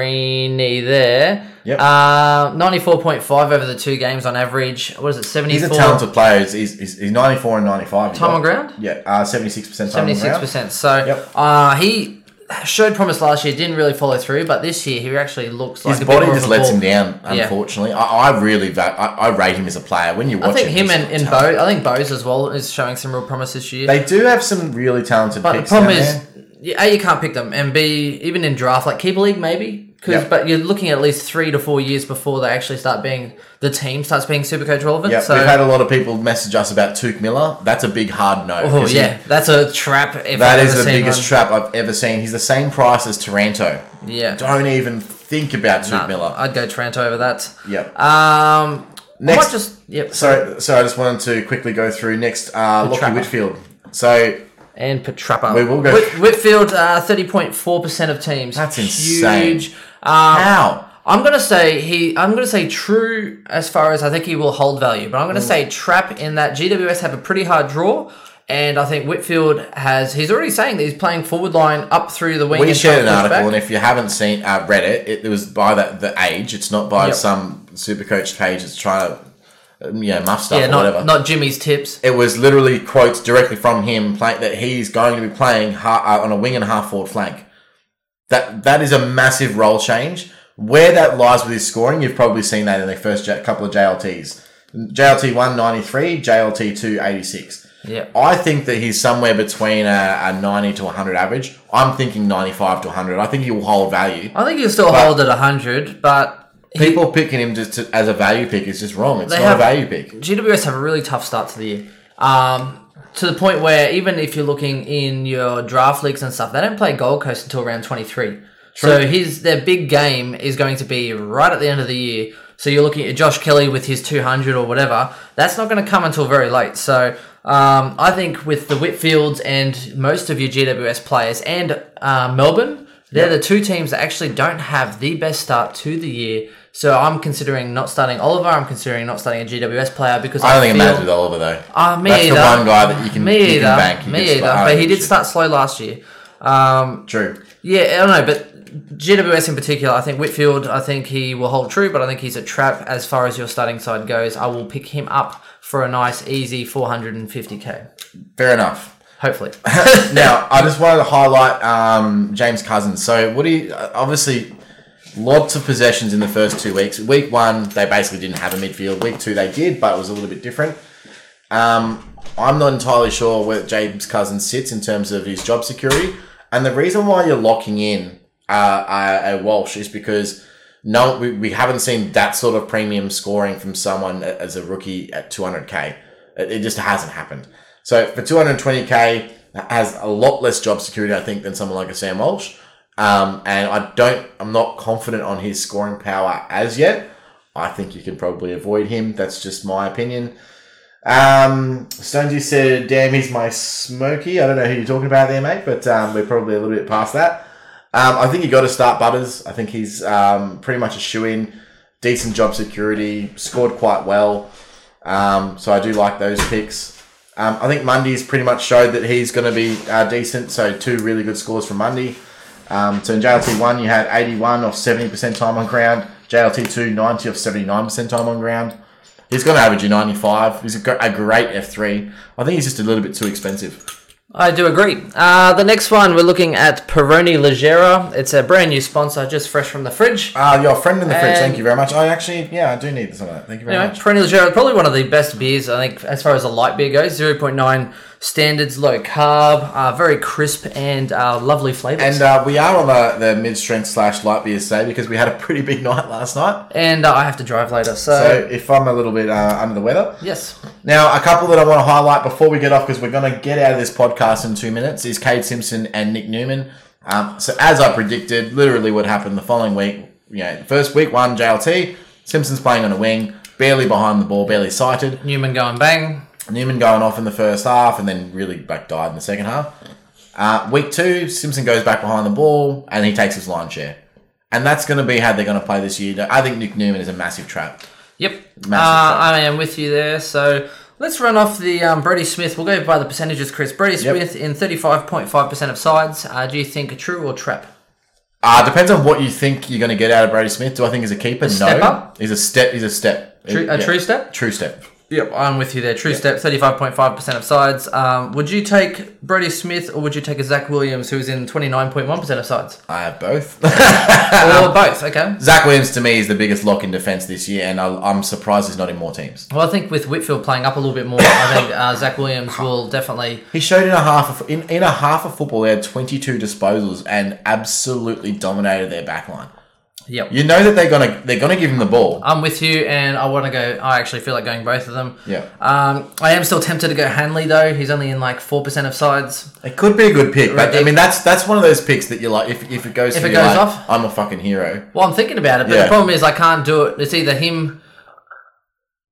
Fiorini there. Yep. Uh, 94.5 over the two games on average. What is it, 74? He's a talented player. He's, he's, he's- he's 94 and 95. Time on ground? Yeah, uh, 76% time on Seventy-six ground. percent. So Yep. uh, he showed promise last year, didn't really follow through, but this year he actually looks like His a bit body more of just a lets ball. him down, Yeah. unfortunately. I, I really va- I, I rate him as a player. When you watch I think him he's and, and talented. Bo, I think Bose as well is showing some real promise this year. They do have some really talented but the picks. problem down is, there. yeah, a you can't pick them, and b even in draft like keeper league maybe. 'cause- Yep. But you're looking at least three to four years before they actually start being the team starts being super coach relevant. Yeah, so we've had a lot of people message us about Tuke Miller. That's a big hard no. oh 'cause he- yeah, that's a trap. If that I've is ever the seen biggest one. trap I've ever seen. He's the same price as Taranto. Yeah. Don't even think about Tuke Nah, Miller. I'd go Trent over that. yep. Um, I Next- might just yep. Sorry, so I just wanted to quickly go through next uh, Lockie Trapper. Whitfield. So and Petrappa. We will go- Whit- Whitfield, uh, thirty point four percent of teams. That's insane. Huge. Um, how? I'm gonna say he. I'm gonna say true as far as I think he will hold value, but I'm Mm. gonna say trap in that GWS have a pretty hard draw, and I think Whitfield has. He's already saying that he's playing forward line up through the wing. We and trying shared an to push article, back. and if you haven't seen uh, read it, it, was by the, the age. It's not by Yep. some super coach page that's trying to um, yeah, muff stuff yeah, or not whatever. not Jimmy's tips. it was literally quotes directly from him play, that he's going to be playing ha- uh, on a wing and half forward flank. That that is a massive role change. Where that lies with his scoring, you've probably seen that in the first J- couple of JLTs. JLT one ninety three, JLT two eighty six. Yeah. I think that he's somewhere between a, a ninety to one hundred average. I'm thinking ninety five to one hundred. I think he will hold value. I think he'll still But- hold at 100, but he- People picking him just to, as a value pick is just wrong. It's They not have- a value pick. GWS have a really tough start to the year. Um, to the point where even if you're looking in your draft leagues and stuff, they don't play Gold Coast until round 23. So his their big game is going to be right at the end of the year. So you're looking at Josh Kelly with his 200 or whatever. That's not going to come until very late. So um, I think with the Whitfields and most of your GWS players and uh, Melbourne, they're the two teams that actually don't have the best start to the year. So I'm considering not starting Oliver. I'm considering not starting a GWS player because I don't think it feel- matters with Oliver though. Ah, me That's either. the one guy that you can, Me you either. can bank. You me can either. sp- oh, But he did shit. start slow last year. Um, True. yeah, I don't know, but GWS in particular, I think Whitfield, I think he will hold true, but I think he's a trap as far as your starting side goes. I will pick him up for a nice, easy 450k, Fair enough. hopefully. Now, I just wanted to highlight um, James Cousins. So, what do you uh, obviously lots of possessions in the first two weeks. Week one, they basically didn't have a midfield. Week two, they did, but it was a little bit different. Um, I'm not entirely sure where James Cousins sits in terms of his job security. And the reason why you're locking in uh, a, a Walsh is because no, we, we haven't seen that sort of premium scoring from someone a- as a rookie at 200k. It, it just hasn't happened. So for 220k, that has a lot less job security, I think, than someone like a Sam Walsh. Um, and I don't, I'm not confident on his scoring power as yet. I think you can probably avoid him. That's just my opinion. Um, Stonesy said, "Damn, he's my smoky." I don't know who you're talking about there, mate, but um, we're probably a little bit past that. Um, I think you got to start Butters. I think he's um, pretty much a shoe in. Decent job security, scored quite well. Um, so I do like those picks. Um, I think Mundy's pretty much showed that he's going to be uh, decent. So two really good scores from Mundy. Um, so in JLT one, you had 81 of 70 percent time on ground. JLT two, 90 of 79 percent time on ground. He's going to average you 95. He's a, gr- a great F3. I think he's just a little bit too expensive. I do agree. Uh, the next one, we're looking at Peroni Leggera. It's a brand new sponsor, just fresh from the fridge. Ah, your friend in the fridge. And- Thank you very much. I actually, yeah, I do need some of that. Thank you very Anyway, much. Perennial Gerard, probably one of the best beers, I think, as far as a light beer goes. 0.9 standards, low carb, uh, very crisp and uh, lovely flavours. And uh, we are on the, the mid strength slash light beers today because we had a pretty big night last night. And, uh, I have to drive later, so. So if I'm a little bit uh, under the weather. yes. Now, a couple that I want to highlight before we get off because we're going to get out of this podcast in two minutes is Cade Simpson and Nick Newman. Um, so, as I predicted, literally what happened the following week, you know, first week one, JLT, Simpson's playing on a wing, barely behind the ball, barely sighted. Newman going bang. Newman going off in the first half and then really back died in the second half. Uh, week two, Simpson goes back behind the ball and he takes his line share. And that's going to be how they're going to play this year. I think Nick Newman is a massive trap. Yep. Uh, trap. I am with you there. So let's run off the um, Brody Smith. We'll go by the percentages, Chris. Brody Smith in 35.5% of sides. Uh, do you think true or trap? Uh, depends on what you think you're going to get out of Brady Smith. Do I think he's a keeper? step no. up? He's a step. He's a step. True, a Yeah. true step? True step. Yep, I'm with you there. True step, 35.5% of sides. Um, would you take Brody Smith or would you take a Zach Williams who is in 29.1% of sides? Um, I have both. or both, okay. Zach Williams to me is the biggest lock in defense this year, and I, I'm surprised he's not in more teams. Well, I think with Whitfield playing up a little bit more, I think uh, Zach Williams will definitely. He showed in a half of, in, in a half of football. They had 22 disposals and absolutely dominated their backline. Yep. You know that they're gonna they're gonna give him the ball. I'm with you, and I want to go. I actually feel like going both of them. Yeah. Um, I am still tempted to go Hanley though. He's only in like four percent of sides. It could be a good pick, but I Ridic- mean that's that's one of those picks that you're like if, if it goes If through, it you're goes like, off? I'm a fucking hero. Well, I'm thinking about it, but the Yeah. problem is I can't do it. It's either him.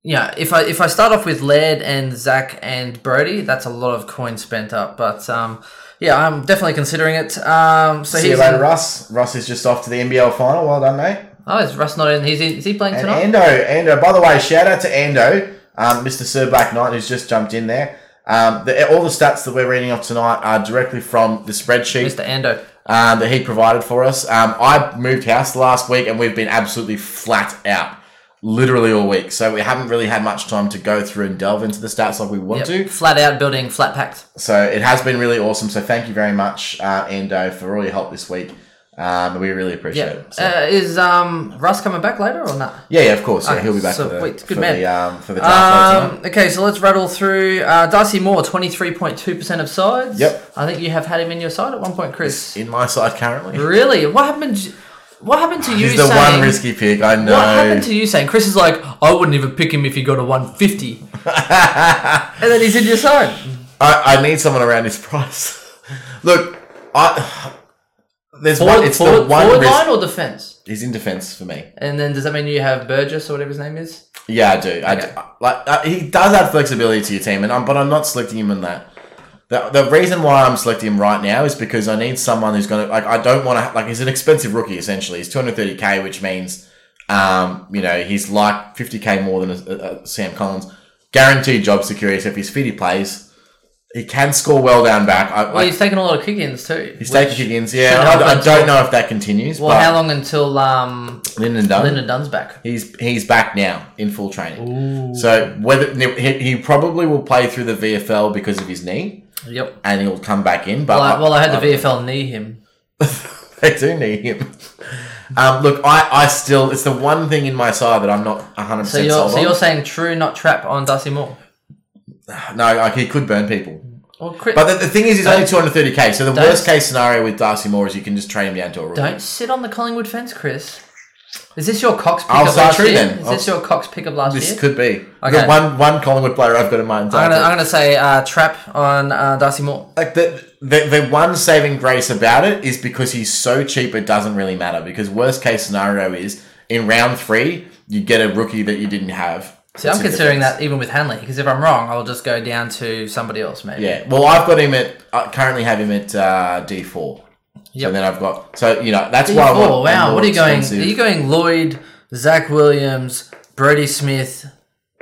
Yeah, if I if I start off with Laird and Zach and Brody, that's a lot of coin spent up. But um, yeah, I'm definitely considering it. Um, so See you he's later, in- Russ. Russ is just off to the NBL final. Well done, mate. oh, is Russ not in? He's in, is he playing And tonight? Ando, Ando. By the way, shout out to Ando, um, Mr. Sir Black Knight, who's just jumped in there. Um, the, all the stats that we're reading off tonight are directly from the spreadsheet Mr. Ando. um, that he provided for us. Um, I moved house last week, and we've been absolutely flat out. literally all week. So we haven't really had much time to go through and delve into the stats like we Yep. want to. Flat out building flat packs. So it has been really awesome. So thank you very much, uh, Endo, for all your help this week. Um, we really appreciate Yeah. it. So- Uh, is um, Russ coming back later or not? yeah, yeah, of course. Yeah, Okay, he'll be back so for the, wait, good for man. the, um, for the draft later. Um, okay, so let's rattle through. Uh, Darcy Moore, 23.2% of sides. Yep. I think you have had him in your side at one point, Chris. in my side currently. Really? What happened What happened to you He's the saying... one risky pick. I know. What happened to you saying? Chris is like, I wouldn't even pick him if he got a 150. and then he's in your side. I, I need someone around his price. Look, I there's one. Forward, It's forward, the one forward risk. line or defense? He's in defense for me. And then does that mean you have Burgess or whatever his name is? Yeah, I do. I Okay. do. Like uh, he does add flexibility to your team, and I'm, but I'm not selecting him in that. The, the reason why I'm selecting him right now is because I need someone who's gonna like. I don't want to like. He's an expensive rookie essentially. He's 230k, which means, um, you know, he's like 50k more than uh, uh, Sam Collins. Guaranteed job security. So if he's fit, he plays. He can score well down back. I, Well, like, he's taken a lot of kick-ins too. which- He's taking Higgins, should yeah. help I, I them don't too. know if that continues. Well, but how long until um, Lyndon Dunn. Linda Dunn's back? He's he's back now in full training. So whether he, he probably will play through the VFL because of his knee, Yep. and he'll come back in. But Well, I, well, I had the VFL knee him. they do need him. Um, look, I, I still it's the one thing in my side that I'm not 100 So percent you're sold so on. you're saying true, not trap, on Darcy Moore No, like he could burn people. or Chris? But the, the thing is, he's only 230k. So the Don't- worst case scenario with Darcy Moore is you can just trade him down to a rookie. Don't sit on the Collingwood fence, Chris. Is this your Cox pick I'll of start last true year? then. Is I'll- this your Cox pick of last This year? could be Okay. the one one Collingwood player I've got in mind. I'm gonna I'm gonna say uh, trap on uh, Darcy Moore. like the, the the one saving grace about it is because he's so cheap it doesn't really matter because worst case scenario is in round three you get a rookie that you didn't have See, I'm considering that even with Hanley because if I'm wrong, I'll just go down to somebody else maybe. yeah well i've got him at i currently have him at uh, d4 Yep. so then i've got so you know that's Three, why I four. want a wow, more what are you going? Are expensive- you going Lloyd, Zach Williams, Brody Smith?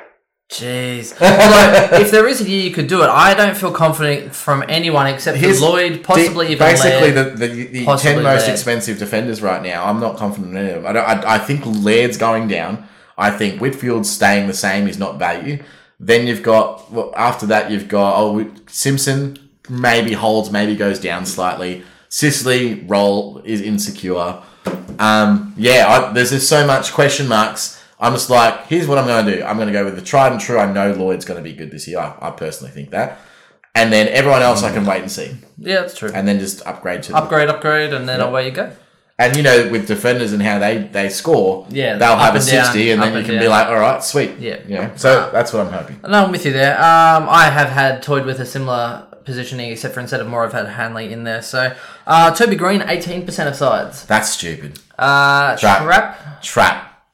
Jeez. Although, if there is a year you could do it, I don't feel confident from anyone except for Here's Lloyd, possibly the- even basically Laird. the the, the Possibly ten most Laird. expensive defenders right now. I'm not confident in any of them. I, don't, I, I think Laird's going down. I think Whitfield's staying the same is not value. Then you've got well, after that you've got oh Simpson maybe holds maybe goes down slightly. Sicily role is insecure. Um, yeah, I, there's just so much question marks. I'm just like, here's what I'm going to do. I'm going to go with the tried and true. I know Lloyd's going to be good this year. I, I personally think that. And then everyone else, I can wait and see yeah, that's true. and then just upgrade to them. upgrade, upgrade, and then away you go. And you know, with defenders and how they they score, Yeah, they'll have up a and down, sixty, and up then you and can be down. like, all right, sweet, Yeah. yeah. So that's what I'm hoping. No, I'm with you there. Um, I have had toyed with a similar positioning, except for instead of Moore, I've had Hanley in there. So, uh, Toby Green, 18% of sides. That's stupid. Uh, Trap. Trap. Trap,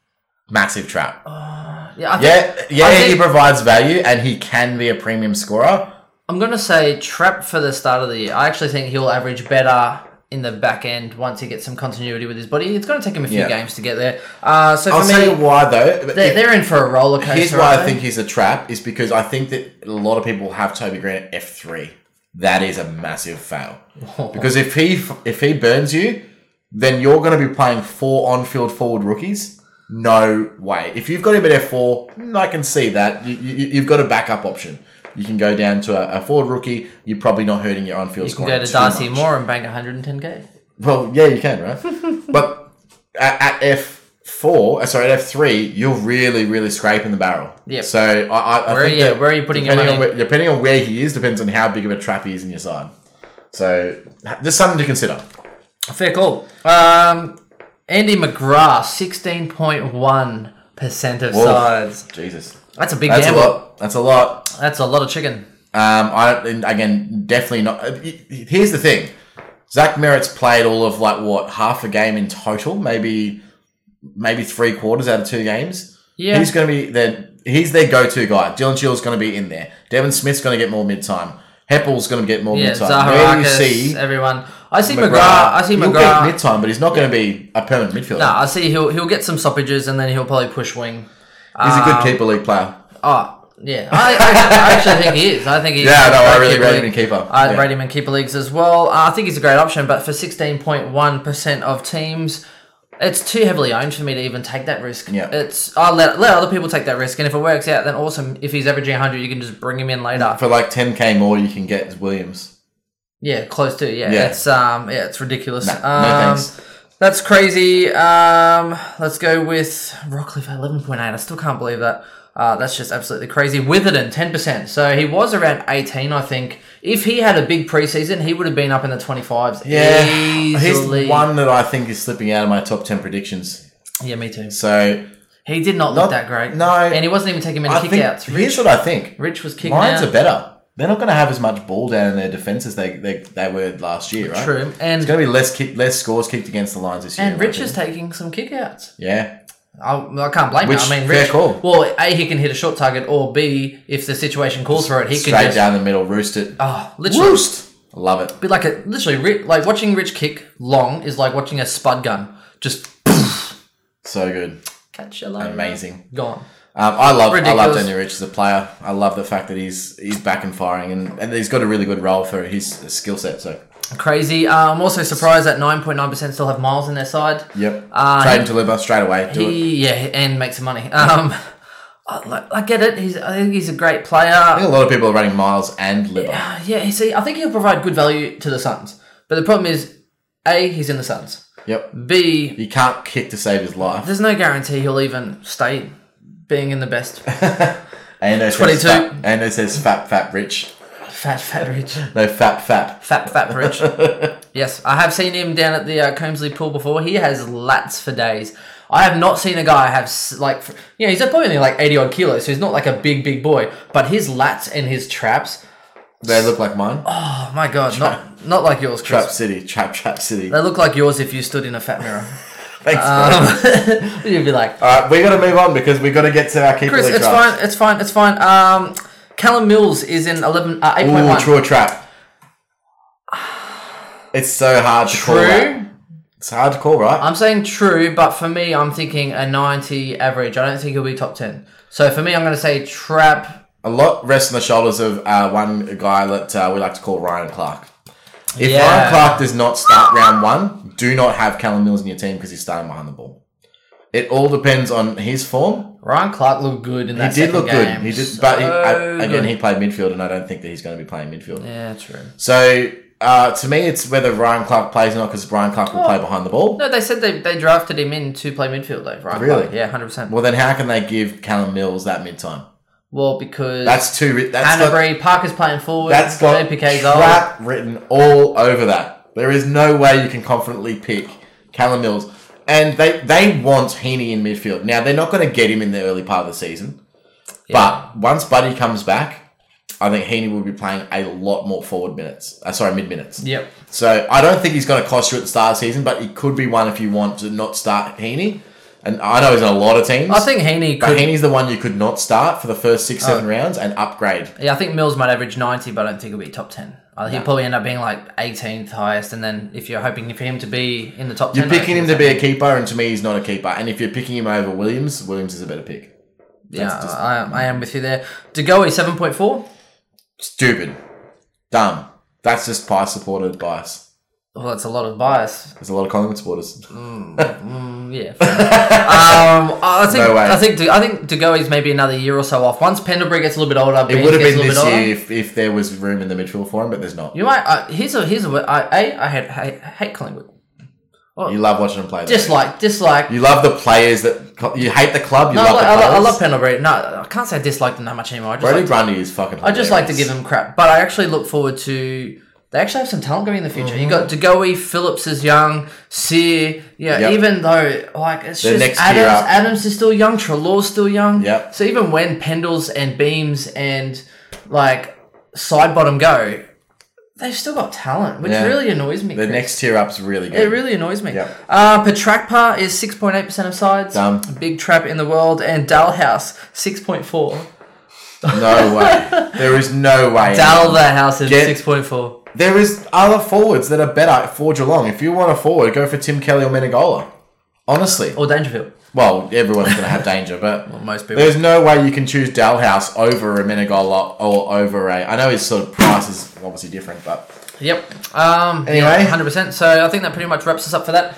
massive trap. Yeah, I think, yeah, yeah. Oh. I think- he provides value, and he can be a premium scorer. I'm going to say Trap for the start of the year. I actually think he'll average better in the back end once he gets some continuity with his body. It's going to take him a few Yeah. games to get there. Uh, so, I'll for tell you me, why though. they're, they're in for a roller coaster. Here's why I aren't they? think he's a trap is because I think that a lot of people have Toby Green at F three. That is a massive fail because if he if he burns you, then you're going to be playing four on field forward rookies. No way. If you've got him at F four, I can see that you, you, you've got a backup option. You can go down to a, a forward rookie. You're probably not hurting your on field You can scoring. go to too Darcy much. Moore and bank 110k. Well, yeah, you can, right? but at, at F. Four, uh, sorry, at F three, you're really, really scraping the barrel. Yep. So I, I, I Where are think you- that where are you putting your depending money? On where, depending on where he is, depends on how big of a trap he is in your side. So ha- just something to consider. Fair call. Um, Andy McGrath, sixteen point one percent of Whoa. sides. Jesus, That's a big that's gamble. a lot. That's a lot. That's a lot of chicken. Um, I and again, definitely not. uh, y- y- Here's the thing: Zach Merritt's played all of like what half a game in total, maybe, maybe three quarters out of two games. Yeah. He's going to be their he's their go-to guy. Dylan Chill's going to be in there. Devin Smith's going to get more mid-time. Heppel's going to get more Yeah, mid-time. Zaharakis, Where do you see everyone. I see McGrath. McGrath? I see He'll get McGrath. mid-time, but he's not going to be a permanent midfielder. No, I see he'll he'll get some stoppages and then he'll probably push wing. he's a uh, good keeper league player. Oh, yeah. I, I, I actually think he is. I think he. is Yeah, a no, I great really keeper rate him league. in keeper. I Yeah. rate him in keeper leagues as well. Uh, I think he's a great option, but for sixteen point one percent of teams, it's too heavily owned for me to even take that risk. Yeah. It's I'll let let other people take that risk, and if it works out, then awesome. If he's averaging 100, you can just bring him in later. For like 10k more, you can get Williams. Yeah, close to yeah. Yeah. It's um yeah, it's ridiculous. Nah, no um, thanks. That's crazy. Um, let's go with Rockcliffe at eleven point eight. I still can't believe that. Uh, that's just absolutely crazy. Witherden ten percent. So he was around eighteen, I think. If he had a big preseason, he would have been up in the twenty fives. easily. he's one that I think is slipping out of my top 10 predictions. Yeah, me too. So He did not Not- look that great. no. and he wasn't even taking many I think kickouts. Rich, here's what I think. Rich was kicking Lions out. are better. They're not going to have as much ball down in their defense as they they, they were last year, right? True, and It's going to be less kick, less scores kicked against the Lions this year. and I Rich is think. taking some kickouts. yeah, I, I can't blame Which- him. I mean, fair Rich, call. well, A, he can hit a short target, or B, if the situation calls for it, he straight can just, down the middle, roost it. Oh, literally. Roost. I love it. Be like a, literally, Ri- like watching Rich kick long is like watching a spud gun. Just So good. catch a line. Amazing. Gone. Um, I love I love Ridiculous. Daniel Rich as a player. I love the fact that he's he's back and firing, and, and he's got a really good role for his skill set. So Crazy. Uh, I'm also surprised that 9.9% still have Miles in their side. yep, Uh, trade him to Liver straight away. Do it. He, yeah, and make some money. Um, I, like, I get it. He's, I think he's a great player. I think a lot of people are running Miles and Liver. Uh, Yeah, see, I think he'll provide good value to the Suns. But the problem is, A, he's in the Suns. Yep, B, he can't kick to save his life. There's no guarantee he'll even stay being in the best And 22. it says fat, and it says fat fat Rich. fat fat rich No fat fat. fat fat rich. yes, I have seen him down at the uh, Combsley pool before. He has lats for days. I have not seen a guy have s- like f- you know he's probably only like 80 odd kilos, so he's not like a big big boy. But his lats and his traps, They look like mine. oh my god, not not like yours, Chris. Trap City, Trap Trap City. They look like yours if you stood in a fat mirror. Thanks. Uh, Um, you'd be like, All right, we got to move on because we got to get to our keeper Chris, league it's draft. fine, it's fine, it's fine. Um, Callum Mills is in 11 uh, 8.1. Ooh, true or trap? It's so hard to call. True. Right? It's hard to call, right? I'm saying true, but for me, I'm thinking a 90 average. I don't think he'll be top 10. So for me, I'm going to say trap. a lot rests on the shoulders of uh, one guy that uh, we like to call Ryan Clark. If Yeah. Ryan Clark does not start round one, do not have Callum Mills in your team because he's starting behind the ball. It all depends on his form. Ryan Clark looked good in He that. did second look game. good. He did, but he, I, So again, good. he played midfield, and I don't think that he's going to be playing midfield. Yeah, true. So uh, to me, it's whether Ryan Clark plays or not because Ryan Clark will play behind the ball. No, they said they, they drafted him in to play midfield, though. Ryan Really? Clark. Yeah, 100%. Well, then how can they give Callum Mills that mid time? Well, because That's too. ri- That's got, Hanbury, Parker's playing forward. that's got JPK's old. crap written all over that. There is no way you can confidently pick Callum Mills, and they they want Heaney in midfield. Now they're not going to get him in the early part of the season, but once Buddy comes back, I think Heaney will be playing a lot more forward minutes. Uh, sorry, mid minutes. Yep. So I don't think he's going to cost you at the start of the season, but he could be one if you want to not start Heaney. And I know he's in a lot of teams. I think Heaney but could. Heaney's the one you could not start for the first six, seven rounds and upgrade. Yeah, I think Mills might average 90, but I don't think he'll be top 10. I think He'll probably end up being like 18th highest, and then if you're hoping for him to be in the top 10. You're I don't picking him think to so. be a keeper, and to me, he's not a keeper. And if you're picking him over Williams, Williams is a better pick. Yeah, That's just- I, I am with you there. Degoe, 7.4. Stupid, dumb. That's just pie supported bias. Well, that's a lot of bias. There's a lot of Collingwood supporters. Mm, Yeah. fair enough. um, I think No way. I think De, I think Degoe's maybe another year or so off. Once Pendlebury gets a little bit older, It would have been a this little bit year Older. if, if there was room in the midfield for him, but there's not. You might. Uh, here's a here's a word. I, a I had hate, hate Collingwood. You love watching him play. though. Dislike dislike. You love the players that co- you hate the club. You no, I, love lo- the I, lo- players. I love Pendlebury. No, I can't say I dislike them that much anymore. I just, Brody like, Grundy is fucking. I just like to give hilarious. them crap. But I actually look forward to. They actually have some talent going in the future. You got Degoe, Phillips is young, Sear. Yeah, Mm-hmm. Yep. even though like it's They're just next tier Adams. up. Adams is still young. Trelaw's still young. Yep. So even when Pendles and Beams and like side bottom go, they've still got talent, which Yeah. really annoys me. The Chris. next tier up's really good. It really annoys me. Yeah. Uh, Petrakpa is 6.8% of sides. Dumb. Big trap in the world. And Dalhouse, 6.4. no way. There is no way. Dal the house is Get- 6.4. There is other forwards that are better for Geelong. If you want a forward, go for Tim Kelly or Menegola. Honestly. Or Dangerfield. Well, everyone's going to have danger, but most people. there's no way you can choose Dalhouse over a Menegola or over a. I know his sort of price is obviously different, but Yep. Um, Anyway. anyway, hundred percent. So I think that pretty much wraps us up for that.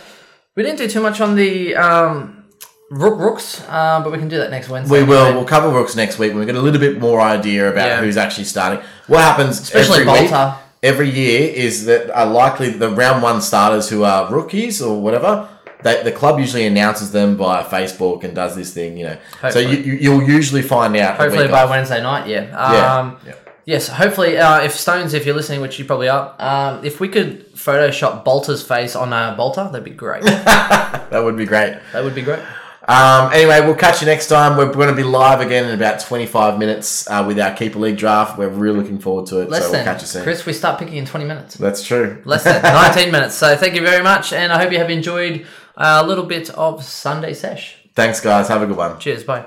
We didn't do too much on the um, Rook Rooks, uh, but we can do that next Wednesday. We will. anyway. We'll cover Rooks next week when we get a little bit more idea about Yeah. who's actually starting. What happens Especially every week- Bolter. every year is that are likely the round one starters who are rookies or whatever. They, the club usually announces them via Facebook and does this thing, you know. So Hopefully. you, you, you'll usually find out. the Hopefully week by of. Wednesday night, yeah. Yeah. Um, Yeah. Yes, hopefully, uh, if Stones, if you're listening, which you probably are, um, if we could Photoshop Bolter's face on uh, Bolter, that'd be great. that That would be great. would be great. Um, anyway, we'll catch you next time. We're going to be live again in about 25 minutes uh, with our Keeper League draft. We're really looking forward to it. Less so than. we'll catch you soon. Chris, we start picking in 20 minutes. That's true. Less than 19 minutes. So thank you very much, and I hope you have enjoyed a little bit of Sunday Sesh. Thanks, guys. Have a good one. Cheers, bye.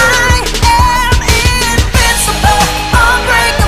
I am invincible, unbreakable.